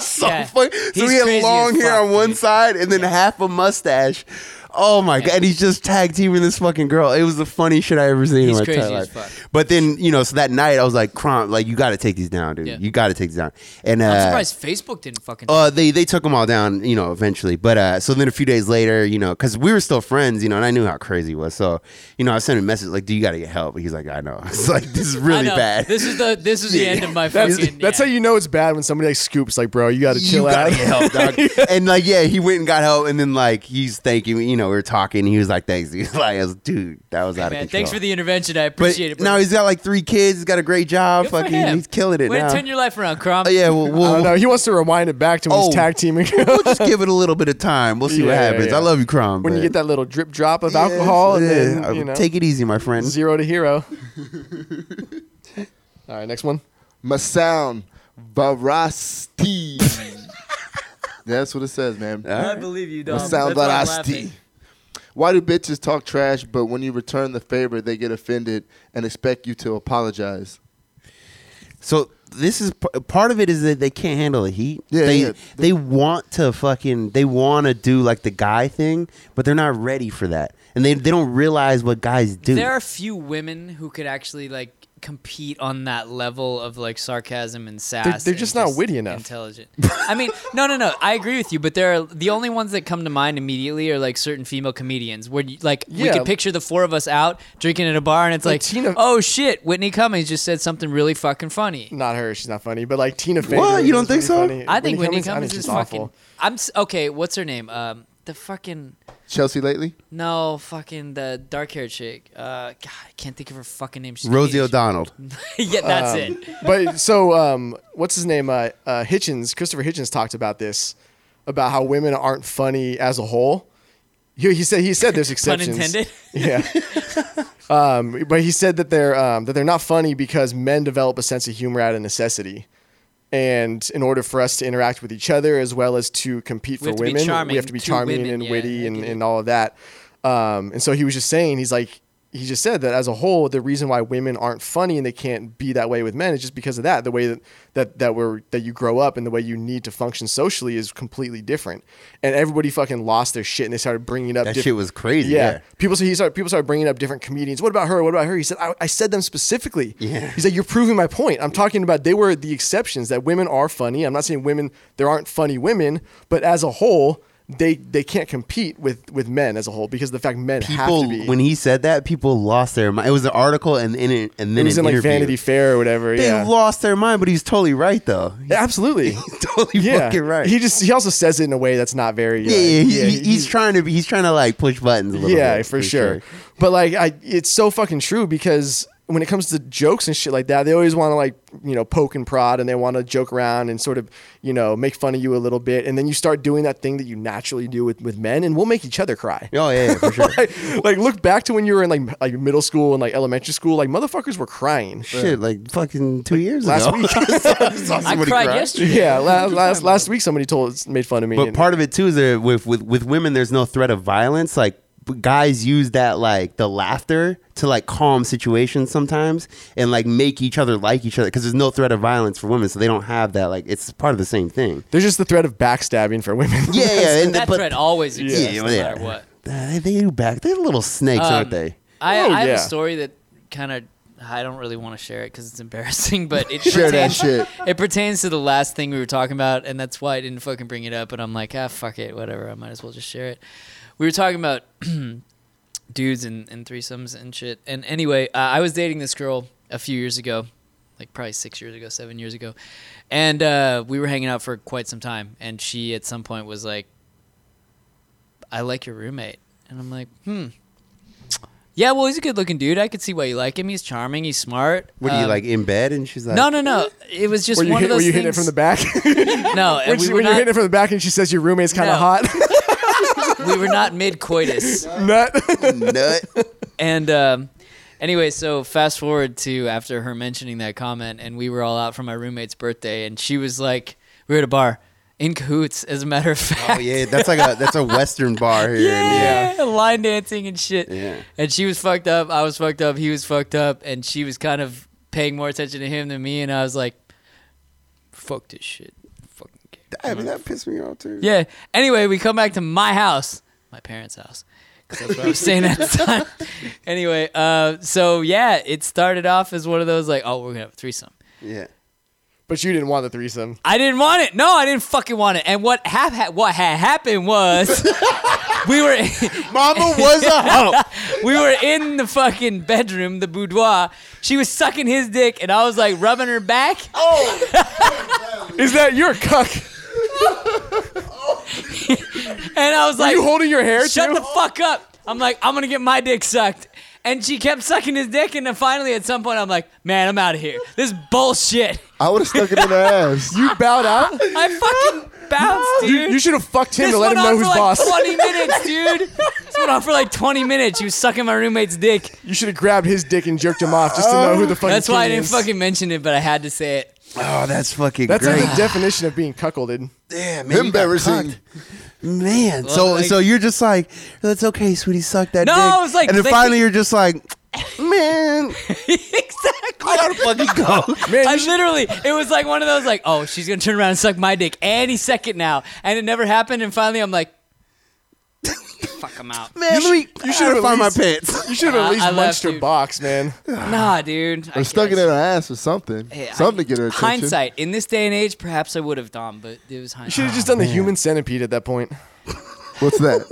Speaker 3: so
Speaker 1: Yeah.
Speaker 3: fuck. So
Speaker 1: He's crazy
Speaker 3: he had
Speaker 1: as
Speaker 3: long hair
Speaker 1: fuck,
Speaker 3: on one
Speaker 1: dude.
Speaker 3: side and then half a mustache. Oh my god! And he's just tag teaming this fucking girl. It was the funniest shit I ever seen in
Speaker 1: He's
Speaker 3: my
Speaker 1: crazy
Speaker 3: entire
Speaker 1: as
Speaker 3: life.
Speaker 1: fuck.
Speaker 3: But then you know, so that night I was like, "Crom, like you got to take these down, dude.
Speaker 1: Yeah.
Speaker 3: You got to take these down." And uh,
Speaker 1: I'm surprised Facebook didn't fucking.
Speaker 3: uh, they they took them all down, you know, eventually. But uh, so then a few days later, you know, because we were still friends, you know, and I knew how crazy he was. So, you know, I sent him a message like, "Do you got to get help?" He's like, "I know." It's like this is
Speaker 1: I
Speaker 3: really
Speaker 1: know.
Speaker 3: bad.
Speaker 1: This is the this is the end of my
Speaker 2: That's,
Speaker 1: fucking.
Speaker 2: that's
Speaker 1: yeah.
Speaker 2: how you know it's bad when somebody like scoops like, bro, you got to
Speaker 3: you
Speaker 2: chill
Speaker 3: gotta
Speaker 2: out.
Speaker 3: get help, dog. and like, yeah, he went and got help, and then like he's thanking me. You know, we were talking. He was like, "Thanks." He was like, "Dude, that was
Speaker 1: Man,
Speaker 3: out of control."
Speaker 1: thanks for the intervention. I
Speaker 3: But
Speaker 1: appreciate it. bro.
Speaker 3: now he's got like three kids. He's got a great job.
Speaker 1: Good for
Speaker 3: Fucking,
Speaker 1: him.
Speaker 3: he's killing it
Speaker 1: Way to
Speaker 3: now.
Speaker 1: turn your life around, Crom.
Speaker 3: Oh, yeah, we'll,
Speaker 2: I
Speaker 3: we'll,
Speaker 2: don't know. He wants to rewind it back to when
Speaker 3: Oh.
Speaker 2: he's tag teaming.
Speaker 3: we'll just give it a little bit of time. We'll see what
Speaker 2: Yeah,
Speaker 3: happens.
Speaker 2: yeah.
Speaker 3: I love you, Crom.
Speaker 2: when you
Speaker 3: but-
Speaker 2: get that little drip drop of alcohol, and
Speaker 3: Yeah,
Speaker 2: then,
Speaker 3: I-
Speaker 2: you know,
Speaker 3: take it easy, my friend.
Speaker 2: zero to hero. All right, next one.
Speaker 4: Masound Varasti. That's what it says, man.
Speaker 1: I believe you, Dom.
Speaker 4: Masound
Speaker 1: That's why I'm laughing.
Speaker 4: Varasti. Why do bitches talk trash, but when you return the favor, they get offended and expect you to apologize?
Speaker 3: So this is p- part of it is that they can't handle the heat.
Speaker 4: Yeah,
Speaker 3: they
Speaker 4: yeah.
Speaker 3: they want to fucking they want to do like the guy thing, but they're not ready for that, and they they don't realize what guys do.
Speaker 1: There are few women who could actually like compete on that level of like sarcasm and sass.
Speaker 2: they're
Speaker 1: and
Speaker 2: just not witty enough.
Speaker 1: Intelligent. I mean, no, no, no. I agree with you, but there are the only ones that come to mind immediately are like certain female comedians where you, like we
Speaker 2: Yeah.
Speaker 1: can picture the four of us out drinking at a bar, and it's
Speaker 2: Like
Speaker 1: like,
Speaker 2: Tina-
Speaker 1: oh shit, Whitney Cummings just said something really fucking funny.
Speaker 2: Not her. She's not funny. But like Tina Fey.
Speaker 3: What?
Speaker 2: really
Speaker 3: You don't
Speaker 2: is
Speaker 3: think so?
Speaker 2: really funny.
Speaker 1: I think Whitney,
Speaker 2: I
Speaker 1: Cummings,
Speaker 2: think
Speaker 1: is
Speaker 2: she's
Speaker 1: fucking.
Speaker 2: awful.
Speaker 1: I'm s- okay. What's her name? Um, the fucking
Speaker 4: Chelsea lately?
Speaker 1: no, fucking the dark haired chick. Uh, God, I can't think of her fucking name. She's
Speaker 3: Rosie
Speaker 1: Danish.
Speaker 3: O'Donnell.
Speaker 1: yeah, that's
Speaker 2: Um,
Speaker 1: it.
Speaker 2: but so um, what's his name? Uh, uh, Hitchens, Christopher Hitchens talked about this, about how women aren't funny as a whole. He, he said he said there's exceptions.
Speaker 1: intended.
Speaker 2: Yeah. um, but he said that they're um, that they're not funny because men develop a sense of humor out of necessity. And in order for us to interact with each other as well as to compete
Speaker 1: We
Speaker 2: for
Speaker 1: have to be
Speaker 2: women, we
Speaker 1: charming
Speaker 2: have to be
Speaker 1: to
Speaker 2: charming
Speaker 1: women,
Speaker 2: and
Speaker 1: yeah,
Speaker 2: witty
Speaker 1: I
Speaker 2: and,
Speaker 1: get it.
Speaker 2: and all of that. Um, and so he was just saying, he's like, he just said that as a whole, the reason why women aren't funny and they can't be that way with men is just because of that. The way that that that we're that you grow up and the way you need to function socially is completely different. And everybody fucking lost their shit and they started bringing up
Speaker 3: That
Speaker 2: diff-
Speaker 3: shit was crazy.
Speaker 2: yeah.
Speaker 3: yeah.
Speaker 2: People so he started people started bringing up different comedians. What about her? What about her? He said I, I said them specifically.
Speaker 3: Yeah.
Speaker 2: He's like you're proving my point. I'm talking about they were the exceptions that women are funny. I'm not saying women there aren't funny women, but as a whole, they they can't compete with with men as a whole because of the fact men have to
Speaker 3: people
Speaker 2: be.
Speaker 3: when he said that people lost their mind it was an article and in it and
Speaker 2: it
Speaker 3: then
Speaker 2: was
Speaker 3: an
Speaker 2: in like
Speaker 3: interview.
Speaker 2: Vanity Fair or whatever.
Speaker 3: they
Speaker 2: yeah.
Speaker 3: lost their mind but he's totally right though he's
Speaker 2: Absolutely.
Speaker 3: totally
Speaker 2: yeah.
Speaker 3: fucking right
Speaker 2: He just he also says it in a way that's not very
Speaker 3: yeah,
Speaker 2: like,
Speaker 3: yeah, he,
Speaker 2: he-
Speaker 3: he- he's trying to be, he's trying to like push buttons a little
Speaker 2: yeah,
Speaker 3: bit,
Speaker 2: for, sure. But like, I it's so fucking true because when it comes to jokes and shit like that, they always want to like you know poke and prod, and they want to joke around and sort of you know make fun of you a little bit, and then you start doing that thing that you naturally do with with men, and we'll make each other cry.
Speaker 3: Oh yeah, yeah, for sure.
Speaker 2: Like, like, look back to when you were in like m- like middle school and like elementary school, like motherfuckers were crying.
Speaker 3: Shit, like fucking two years
Speaker 2: Last
Speaker 3: ago.
Speaker 2: week.
Speaker 1: I cried yesterday.
Speaker 2: Yeah, last last, last week somebody told made fun of me.
Speaker 3: But
Speaker 2: and-
Speaker 3: part of it too is that with with with women, there's no threat of violence. Like b- guys use that like the laughter to like calm situations sometimes and like make each other like each other because there's no threat of violence for women, so they don't have that. Like it's part of the same thing.
Speaker 2: there's just the threat of backstabbing for women.
Speaker 3: Yeah, yeah. And
Speaker 1: that
Speaker 3: but,
Speaker 1: thread always exists,
Speaker 3: Yeah,
Speaker 1: no
Speaker 3: yeah.
Speaker 1: matter what.
Speaker 3: Uh, they do back. They're little snakes, aren't
Speaker 1: Um,
Speaker 3: they?
Speaker 1: I,
Speaker 2: Oh,
Speaker 1: I have
Speaker 2: yeah.
Speaker 1: a story that kind of I don't really want to share it because it's embarrassing, but it
Speaker 4: Share that
Speaker 1: pertains,
Speaker 4: shit.
Speaker 1: It pertains to the last thing we were talking about, and that's why I didn't fucking bring it up. But I'm like, ah, fuck it, whatever. I might as well just share it. We were talking about dudes and, and threesomes and shit. And anyway, uh, I was dating this girl a few years ago, like probably six years ago, seven years ago, and uh, we were hanging out for quite some time. And she at some point was like, "I like your roommate," and I'm like, "Hmm." Yeah, well, he's a good-looking dude. I could see why you like him. He's charming. He's smart.
Speaker 3: What are you
Speaker 1: Um,
Speaker 3: like in bed? And she's like,
Speaker 1: No, no, no. It was just
Speaker 2: Were you,
Speaker 1: one
Speaker 2: hit,
Speaker 1: of those
Speaker 2: were you
Speaker 1: things.
Speaker 2: hitting it from the back?
Speaker 1: No,
Speaker 2: when
Speaker 1: we
Speaker 2: she,
Speaker 1: were
Speaker 2: when you're
Speaker 1: not.
Speaker 2: hitting it from the back and she says your roommate's kind of
Speaker 1: No.
Speaker 2: hot.
Speaker 1: we were not mid-coitus.
Speaker 2: Nut.
Speaker 3: Nut.
Speaker 1: and um, anyway, so fast forward to after her mentioning that comment, and we were all out for my roommate's birthday, and she was like, "We were at a bar in cahoots." As a matter of fact,
Speaker 3: Oh yeah, that's like a that's a Western bar here. in-
Speaker 1: yeah, line dancing and shit.
Speaker 3: Yeah.
Speaker 1: And she was fucked up. I was fucked up. He was fucked up, and she was kind of paying more attention to him than me. And I was like, "Fuck this shit." Fucking gay.
Speaker 3: I mean, that pissed me off too.
Speaker 1: Yeah. Anyway, we come back to my house, my parents' house, because that's what I was saying at the time. Anyway, uh, so yeah, it started off as one of those like, oh, we're gonna have a threesome.
Speaker 3: Yeah.
Speaker 2: but you didn't want the threesome.
Speaker 1: I didn't want it. No, I didn't fucking want it. And what hap- ha- what had happened was we were
Speaker 3: Mama was a hoe.
Speaker 1: we were in the fucking bedroom, the boudoir. She was sucking his dick, and I was like rubbing her back.
Speaker 2: Is that your cuck?
Speaker 1: And I was like,
Speaker 2: you holding your hair
Speaker 1: Shut
Speaker 2: too?
Speaker 1: the fuck up. I'm like, I'm gonna get my dick sucked. And she kept sucking his dick, and then finally at some point I'm like, man, I'm out of here. This is bullshit.
Speaker 4: I would have stuck it in her ass.
Speaker 2: you bowed out.
Speaker 1: I fucking bounced, dude.
Speaker 2: You, you should have fucked him
Speaker 1: this
Speaker 2: to let him
Speaker 1: went
Speaker 2: know
Speaker 1: on
Speaker 2: who's
Speaker 1: for like
Speaker 2: boss.
Speaker 1: 20 minutes, dude. This went on for like 20 minutes. She was sucking my roommate's dick.
Speaker 2: You should have grabbed his dick and jerked him off just to know who the fucking.
Speaker 1: That's why I
Speaker 2: king
Speaker 1: didn't
Speaker 2: is.
Speaker 1: fucking mention it, but I had to say it.
Speaker 3: Oh, that's fucking
Speaker 2: That's
Speaker 3: great.
Speaker 2: like the definition of being cuckolded.
Speaker 3: Damn, man, you got
Speaker 4: Embarrassing.
Speaker 3: cucked. Man,
Speaker 1: Well,
Speaker 3: so
Speaker 1: like-
Speaker 3: so you're just like, that's okay, sweetie, suck that
Speaker 1: No,
Speaker 3: dick.
Speaker 1: I was like-
Speaker 3: and then
Speaker 1: like-
Speaker 3: finally you're just like, man,
Speaker 1: exactly.
Speaker 3: I gotta fucking go.
Speaker 2: Man,
Speaker 1: I
Speaker 2: you should-
Speaker 1: literally, it was like one of those, like, oh, she's gonna turn around and suck my dick any second now, and it never happened. And finally, I'm like, fuck, I'm out.
Speaker 3: Man,
Speaker 2: You
Speaker 3: let me,
Speaker 2: should- you
Speaker 3: I
Speaker 2: should
Speaker 3: gotta
Speaker 2: have
Speaker 3: find my
Speaker 2: at
Speaker 3: pants.
Speaker 2: you should have
Speaker 1: I-
Speaker 2: at least
Speaker 1: I
Speaker 2: munched
Speaker 1: left,
Speaker 2: her
Speaker 1: dude.
Speaker 2: box, man.
Speaker 1: Nah, dude.
Speaker 4: Or stuck it in
Speaker 1: guess.
Speaker 4: her ass or something.
Speaker 1: Yeah, I-
Speaker 4: something to get her attention.
Speaker 1: Hindsight. In this day and age, perhaps I would have Dom, but it was
Speaker 2: You should
Speaker 1: hindsight.
Speaker 2: have just done the human centipede at that point.
Speaker 4: What's that?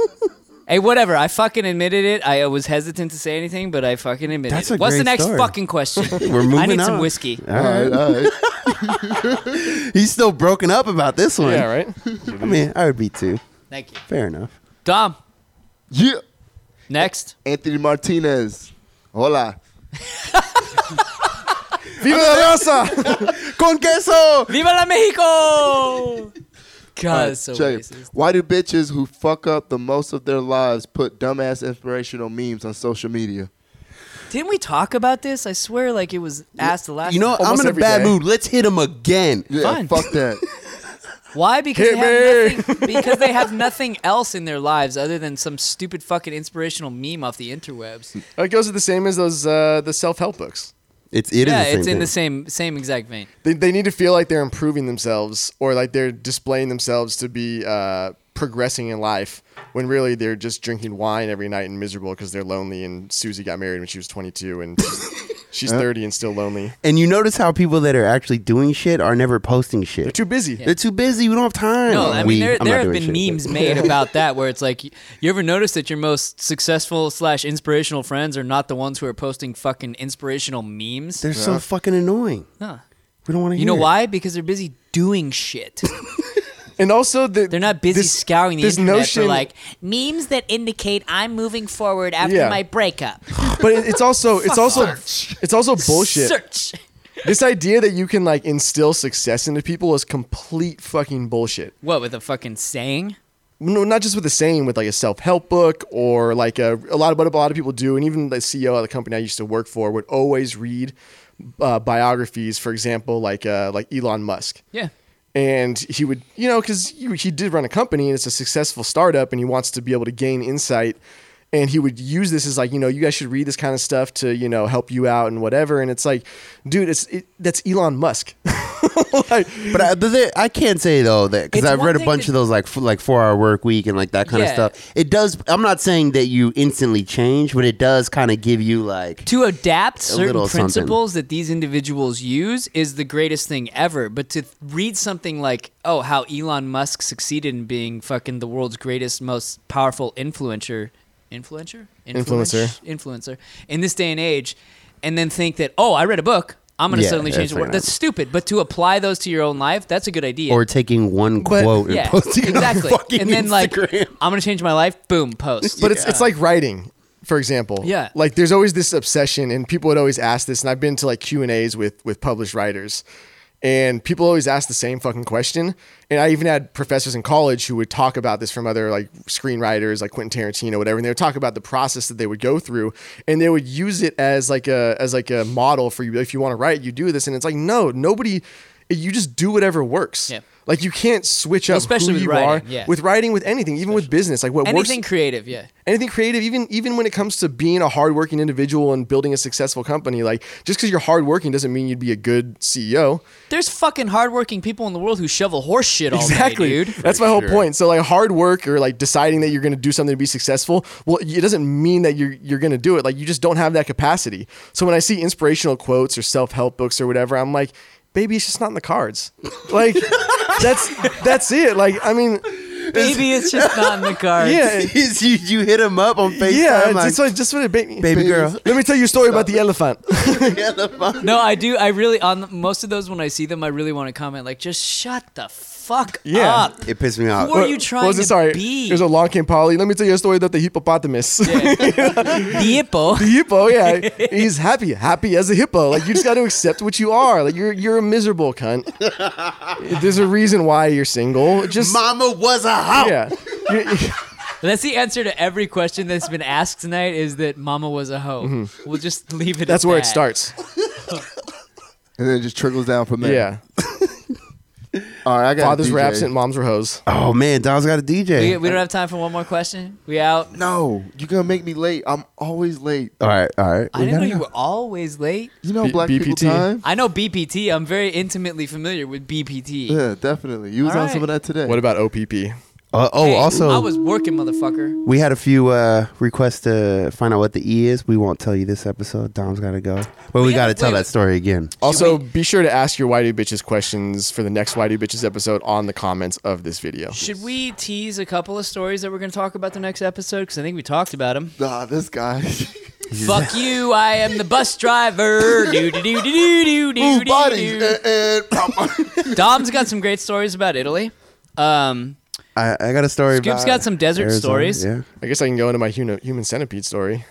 Speaker 1: hey, whatever. I fucking admitted it. I uh, was hesitant to say anything, but I fucking admitted
Speaker 3: That's
Speaker 1: it.
Speaker 3: a
Speaker 1: What's
Speaker 3: great
Speaker 1: the next
Speaker 3: story.
Speaker 1: fucking question?
Speaker 3: We're moving
Speaker 1: I need some
Speaker 3: on.
Speaker 1: whiskey.
Speaker 3: All
Speaker 4: all
Speaker 3: right.
Speaker 4: right, all right.
Speaker 3: He's still broken up about this one.
Speaker 2: Yeah, right.
Speaker 3: I mean, I would be too.
Speaker 1: Thank you.
Speaker 3: Fair enough.
Speaker 1: Dom,
Speaker 4: Yeah.
Speaker 1: next.
Speaker 4: Anthony Martinez. Hola.
Speaker 2: Viva la raza!
Speaker 3: Con queso.
Speaker 1: Viva la Mexico! God, it's so
Speaker 4: Jay,
Speaker 1: racist.
Speaker 4: why do bitches who fuck up the most of their lives put dumbass inspirational memes on social media?
Speaker 1: Didn't we talk about this? I swear, like it was asked the last.
Speaker 3: You know,
Speaker 1: time.
Speaker 3: what? I'm
Speaker 2: Almost
Speaker 3: in a
Speaker 2: every
Speaker 3: bad
Speaker 2: day.
Speaker 3: mood. Let's hit him again.
Speaker 4: Yeah,
Speaker 1: Fine.
Speaker 4: fuck that.
Speaker 1: why? Because
Speaker 2: Hit
Speaker 1: they, have nothing, because they have nothing else in their lives other than some stupid fucking inspirational meme off the interwebs.
Speaker 2: it goes the same as those uh, the self help books.
Speaker 3: It's it is
Speaker 1: yeah,
Speaker 3: the same
Speaker 1: it's in
Speaker 3: thing.
Speaker 1: the same same exact vein.
Speaker 2: They, they need to feel like they're improving themselves or like they're displaying themselves to be uh, progressing in life when really they're just drinking wine every night and miserable because they're lonely and Susie got married when she was 22 and she's 30 and still lonely.
Speaker 3: And you notice how people that are actually doing shit are never posting shit.
Speaker 2: They're too busy.
Speaker 3: They're too busy. We don't have time.
Speaker 1: No, I mean
Speaker 3: We-
Speaker 1: there,
Speaker 3: I'm
Speaker 1: there have
Speaker 3: not doing
Speaker 1: been
Speaker 3: shit,
Speaker 1: memes
Speaker 3: but-
Speaker 1: made about that where it's like, you ever notice that your most successful slash inspirational friends are not the ones who are posting fucking inspirational memes?
Speaker 3: They're so fucking annoying.
Speaker 1: Huh.
Speaker 3: We don't want to.
Speaker 1: You know why? Because they're busy doing shit.
Speaker 2: And also, the,
Speaker 1: They're not busy
Speaker 2: this-
Speaker 1: scouring the
Speaker 2: this
Speaker 1: internet for
Speaker 2: notion-
Speaker 1: like memes that indicate I'm moving forward after
Speaker 2: Yeah.
Speaker 1: my breakup.
Speaker 2: But it- it's also it's also it's also bullshit.
Speaker 1: Search.
Speaker 2: This idea that you can like instill success into people is complete fucking bullshit.
Speaker 1: What with a fucking saying?
Speaker 2: no, not just with the same with like a self help book or like a, a lot of what a lot of people do, and even the CEO of the company I used to work for would always read uh, biographies, for example, like uh, like Elon Musk.
Speaker 1: Yeah.
Speaker 2: And he would, you know, because he did run a company and it's a successful startup, and he wants to be able to gain insight. And he would use this as like, you know, you guys should read this kind of stuff to, you know, help you out and whatever. And it's like, dude, it's it, that's Elon Musk. like,
Speaker 3: But I, but they, I can't say though that because
Speaker 1: It's
Speaker 3: I've
Speaker 1: one
Speaker 3: read a
Speaker 1: thing
Speaker 3: bunch
Speaker 1: to-
Speaker 3: of those like f- like four hour work week and like that kind
Speaker 1: Yeah.
Speaker 3: of stuff. It does. I'm not saying that you instantly change, but it does kind of give you like.
Speaker 1: To adapt certain
Speaker 3: little something.
Speaker 1: principles that these individuals use is the greatest thing ever. But to th- read something like, oh, how Elon Musk succeeded in being fucking the world's greatest, most powerful influencer, influencer,
Speaker 2: Influencer.
Speaker 1: influencer in this day and age, and then think that, oh, I read a book. I'm gonna
Speaker 3: Yeah,
Speaker 1: suddenly change
Speaker 3: that's
Speaker 1: the world.
Speaker 3: like-
Speaker 1: That's stupid. But to apply those to your own life, that's a good idea.
Speaker 3: Or taking one
Speaker 2: But-
Speaker 3: quote and posting it on
Speaker 1: exactly.
Speaker 3: fucking
Speaker 1: and then like
Speaker 3: Instagram.
Speaker 1: I'm gonna change my life. Boom, post.
Speaker 2: But it's it's like writing. for example.
Speaker 1: Yeah.
Speaker 2: Like there's always this obsession and people would always ask this and I've been to like Q&As with with published writers and people always ask the same fucking question and I even had professors in college who would talk about this from other like screenwriters like Quentin Tarantino whatever and they would talk about the process that they would go through and they would use it as like a as like a model for you if you want to write you do this and it's like no nobody you just do whatever works.
Speaker 1: Yeah.
Speaker 2: Like you can't switch up
Speaker 1: Especially
Speaker 2: who
Speaker 1: with
Speaker 2: you
Speaker 1: writing,
Speaker 2: are
Speaker 1: yeah.
Speaker 2: with writing with anything even with business like what works
Speaker 1: Anything creative, yeah.
Speaker 2: anything creative, even even when it comes to being a hardworking individual and building a successful company, like just because you're hardworking doesn't mean you'd be a good E CEO.
Speaker 1: There's fucking hardworking people in the world who shovel horse shit all day, dude.
Speaker 2: That's my whole point. So like hard work or like deciding that you're going to do something to be successful, well, it doesn't mean that you're you're going to do it. Like you just don't have that capacity. So when I see inspirational quotes or self help books or whatever, I'm like, baby, it's just not in the cards. Like that's that's it. Like I mean,
Speaker 1: Maybe it's just not in the cards.
Speaker 2: yeah.
Speaker 3: Is you, you hit him up on FaceTime
Speaker 2: Yeah, it's-
Speaker 3: like,
Speaker 2: it's what- just what it made me.
Speaker 3: baby girl.
Speaker 2: Let me tell you a story about the elephant.
Speaker 1: No, I do. I really on the, most of those when I see them, I really want to comment like, just shut the fuck
Speaker 2: Yeah.
Speaker 1: up.
Speaker 3: It pissed me
Speaker 1: Who are
Speaker 3: off.
Speaker 1: you trying
Speaker 2: What was it?
Speaker 1: to
Speaker 2: Sorry,
Speaker 1: be?
Speaker 2: There's a long King Polly. Let me tell you a story about the hippopotamus.
Speaker 1: The hippo.
Speaker 2: the hippo, yeah, he's happy, happy as a hippo. Like you just got to accept what you are. Like you're you're a miserable cunt. There's a reason why you're single. Just
Speaker 3: Mama was a hoe.
Speaker 2: yeah. You-
Speaker 1: That's the answer to every question that's been asked tonight. Is that Mama was a hoe? We'll just leave it.
Speaker 2: Mm-hmm. That's
Speaker 1: at
Speaker 2: where it
Speaker 1: that.
Speaker 2: starts.
Speaker 4: and then it just trickles down from there.
Speaker 2: Yeah.
Speaker 4: All right, I got a
Speaker 2: Fathers were
Speaker 4: DJ.
Speaker 2: absent, moms were hoes.
Speaker 3: Oh man, Don's got a DJ.
Speaker 1: We, we don't have time for one more question. We out.
Speaker 4: No, you're gonna make me late. I'm always late.
Speaker 3: all right, all right.
Speaker 1: I
Speaker 3: We
Speaker 1: didn't know
Speaker 3: gotta
Speaker 1: you
Speaker 3: go.
Speaker 1: were always late.
Speaker 4: You know,
Speaker 2: B-
Speaker 4: black people
Speaker 2: BPT.
Speaker 4: time.
Speaker 1: I know BPT. I'm very intimately familiar with BPT.
Speaker 2: Uh,
Speaker 4: Yeah, definitely. You was
Speaker 1: All
Speaker 4: on
Speaker 1: right.
Speaker 4: some of that today.
Speaker 2: What about OPP?
Speaker 3: Uh, oh,
Speaker 1: Hey,
Speaker 3: also,
Speaker 1: I was working, motherfucker.
Speaker 3: we had a few uh, requests to find out what the E is. We won't tell you this episode. Dom's got to go, but we
Speaker 1: Yeah,
Speaker 3: got to
Speaker 1: wait,
Speaker 3: tell that
Speaker 1: but-
Speaker 3: story again.
Speaker 2: Also, be sure to ask your why do bitches questions for the next why do bitches episode on the comments of this video.
Speaker 1: Should we tease a couple of stories that we're going to talk about the next episode? Because I think we talked about them.
Speaker 4: Nah, this guy.
Speaker 1: Fuck you! I am the bus driver. Do do do do do do do
Speaker 4: Ooh,
Speaker 1: do.
Speaker 4: bodies.
Speaker 1: do.
Speaker 4: eh, eh,
Speaker 1: Dom's got some great stories about Italy. Um,
Speaker 3: I, I got a story.
Speaker 1: Scoop's
Speaker 3: about
Speaker 1: got some desert
Speaker 3: Arizona,
Speaker 1: stories.
Speaker 3: Yeah.
Speaker 2: I guess I can go into my human, human centipede story.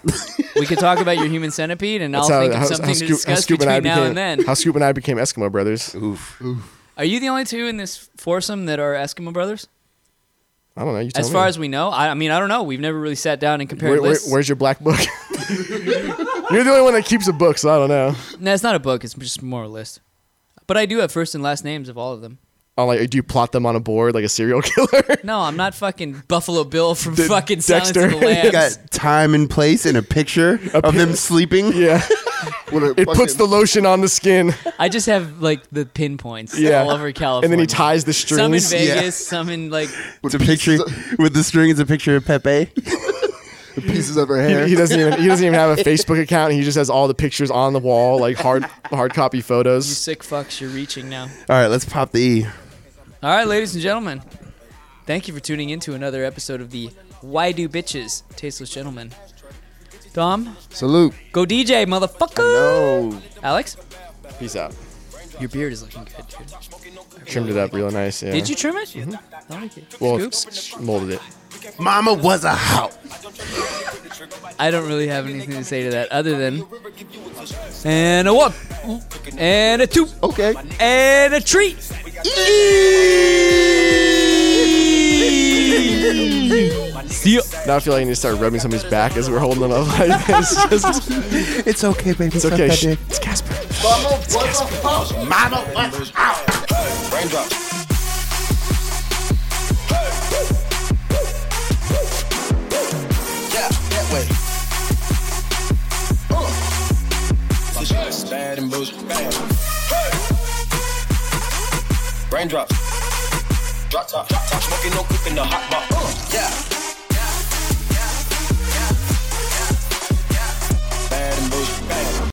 Speaker 1: we could talk about your human centipede, and I'll
Speaker 2: That's how-
Speaker 1: think
Speaker 2: how-
Speaker 1: of
Speaker 2: how
Speaker 1: something to
Speaker 2: Scoop- how
Speaker 1: discuss
Speaker 2: Scoop
Speaker 1: between
Speaker 2: I
Speaker 1: now
Speaker 2: became-
Speaker 1: and then.
Speaker 2: How Scoop and I became Eskimo brothers.
Speaker 3: Oof.
Speaker 1: Are you the only two in this foursome that are Eskimo brothers?
Speaker 2: I don't know. You tell
Speaker 1: As far
Speaker 2: me.
Speaker 1: as we know, I, I mean, I don't know. We've never really sat down and compared
Speaker 2: Where, where,
Speaker 1: lists.
Speaker 2: where's your black book? You're the only one that keeps a book, so I don't know.
Speaker 1: no, it's not a book. It's just more a list. But I do have first and last names of all of them.
Speaker 2: Oh, like, do you plot them on a board like a serial killer?
Speaker 1: No, I'm not fucking Buffalo Bill from
Speaker 2: De-
Speaker 1: fucking Silence
Speaker 2: Dexter.
Speaker 1: of the Lambs.
Speaker 3: You got time and place and a picture of them sleeping.
Speaker 2: yeah,
Speaker 4: What a
Speaker 2: it puts the
Speaker 4: fucking-
Speaker 2: lotion on the skin.
Speaker 1: I just have like the pinpoints
Speaker 2: Yeah,
Speaker 1: all over California.
Speaker 2: and then he ties the
Speaker 1: Some in
Speaker 2: strings.
Speaker 1: Vegas, some in like
Speaker 3: It's a picture with the string. It's a picture of Pepe.
Speaker 4: pieces of her hair.
Speaker 2: He, he doesn't even he doesn't even have a Facebook account. He just has all the pictures on the wall, like hard hard copy
Speaker 1: you
Speaker 2: photos.
Speaker 1: sick fucks. You're reaching now.
Speaker 3: All right, let's pop the E.
Speaker 1: All right, ladies and gentlemen, thank you for tuning in to another episode of the Why Do Bitches Tasteless Gentlemen. Dom,
Speaker 4: Salute.
Speaker 1: go DJ, motherfucker.
Speaker 4: No.
Speaker 1: Alex,
Speaker 2: Peace out.
Speaker 1: your beard is looking good. Dude.
Speaker 2: Trimmed it up real nice. Yeah.
Speaker 1: Did you trim it? I like it.
Speaker 2: Mm-hmm. Well,
Speaker 1: Scoop?
Speaker 2: s- molded it.
Speaker 3: Mama was a hoe.
Speaker 1: I don't really have anything to say to that other than and a one, and a two,
Speaker 4: Okay.
Speaker 1: and a three. See ya.
Speaker 2: Now I feel like I need to start rubbing somebody's back as we're holding them up like this. Just,
Speaker 3: It's okay, baby.
Speaker 2: it's okay. Shh, it's Casper.
Speaker 3: Mama was a hoe.
Speaker 5: Raindrop. Yeah, that way. Uh. This shit is bad and bullshit. Bad. Raindrops. Drop top, drop top, smoking no coop in the hot box. Uh. Yeah. Bad and bullshit.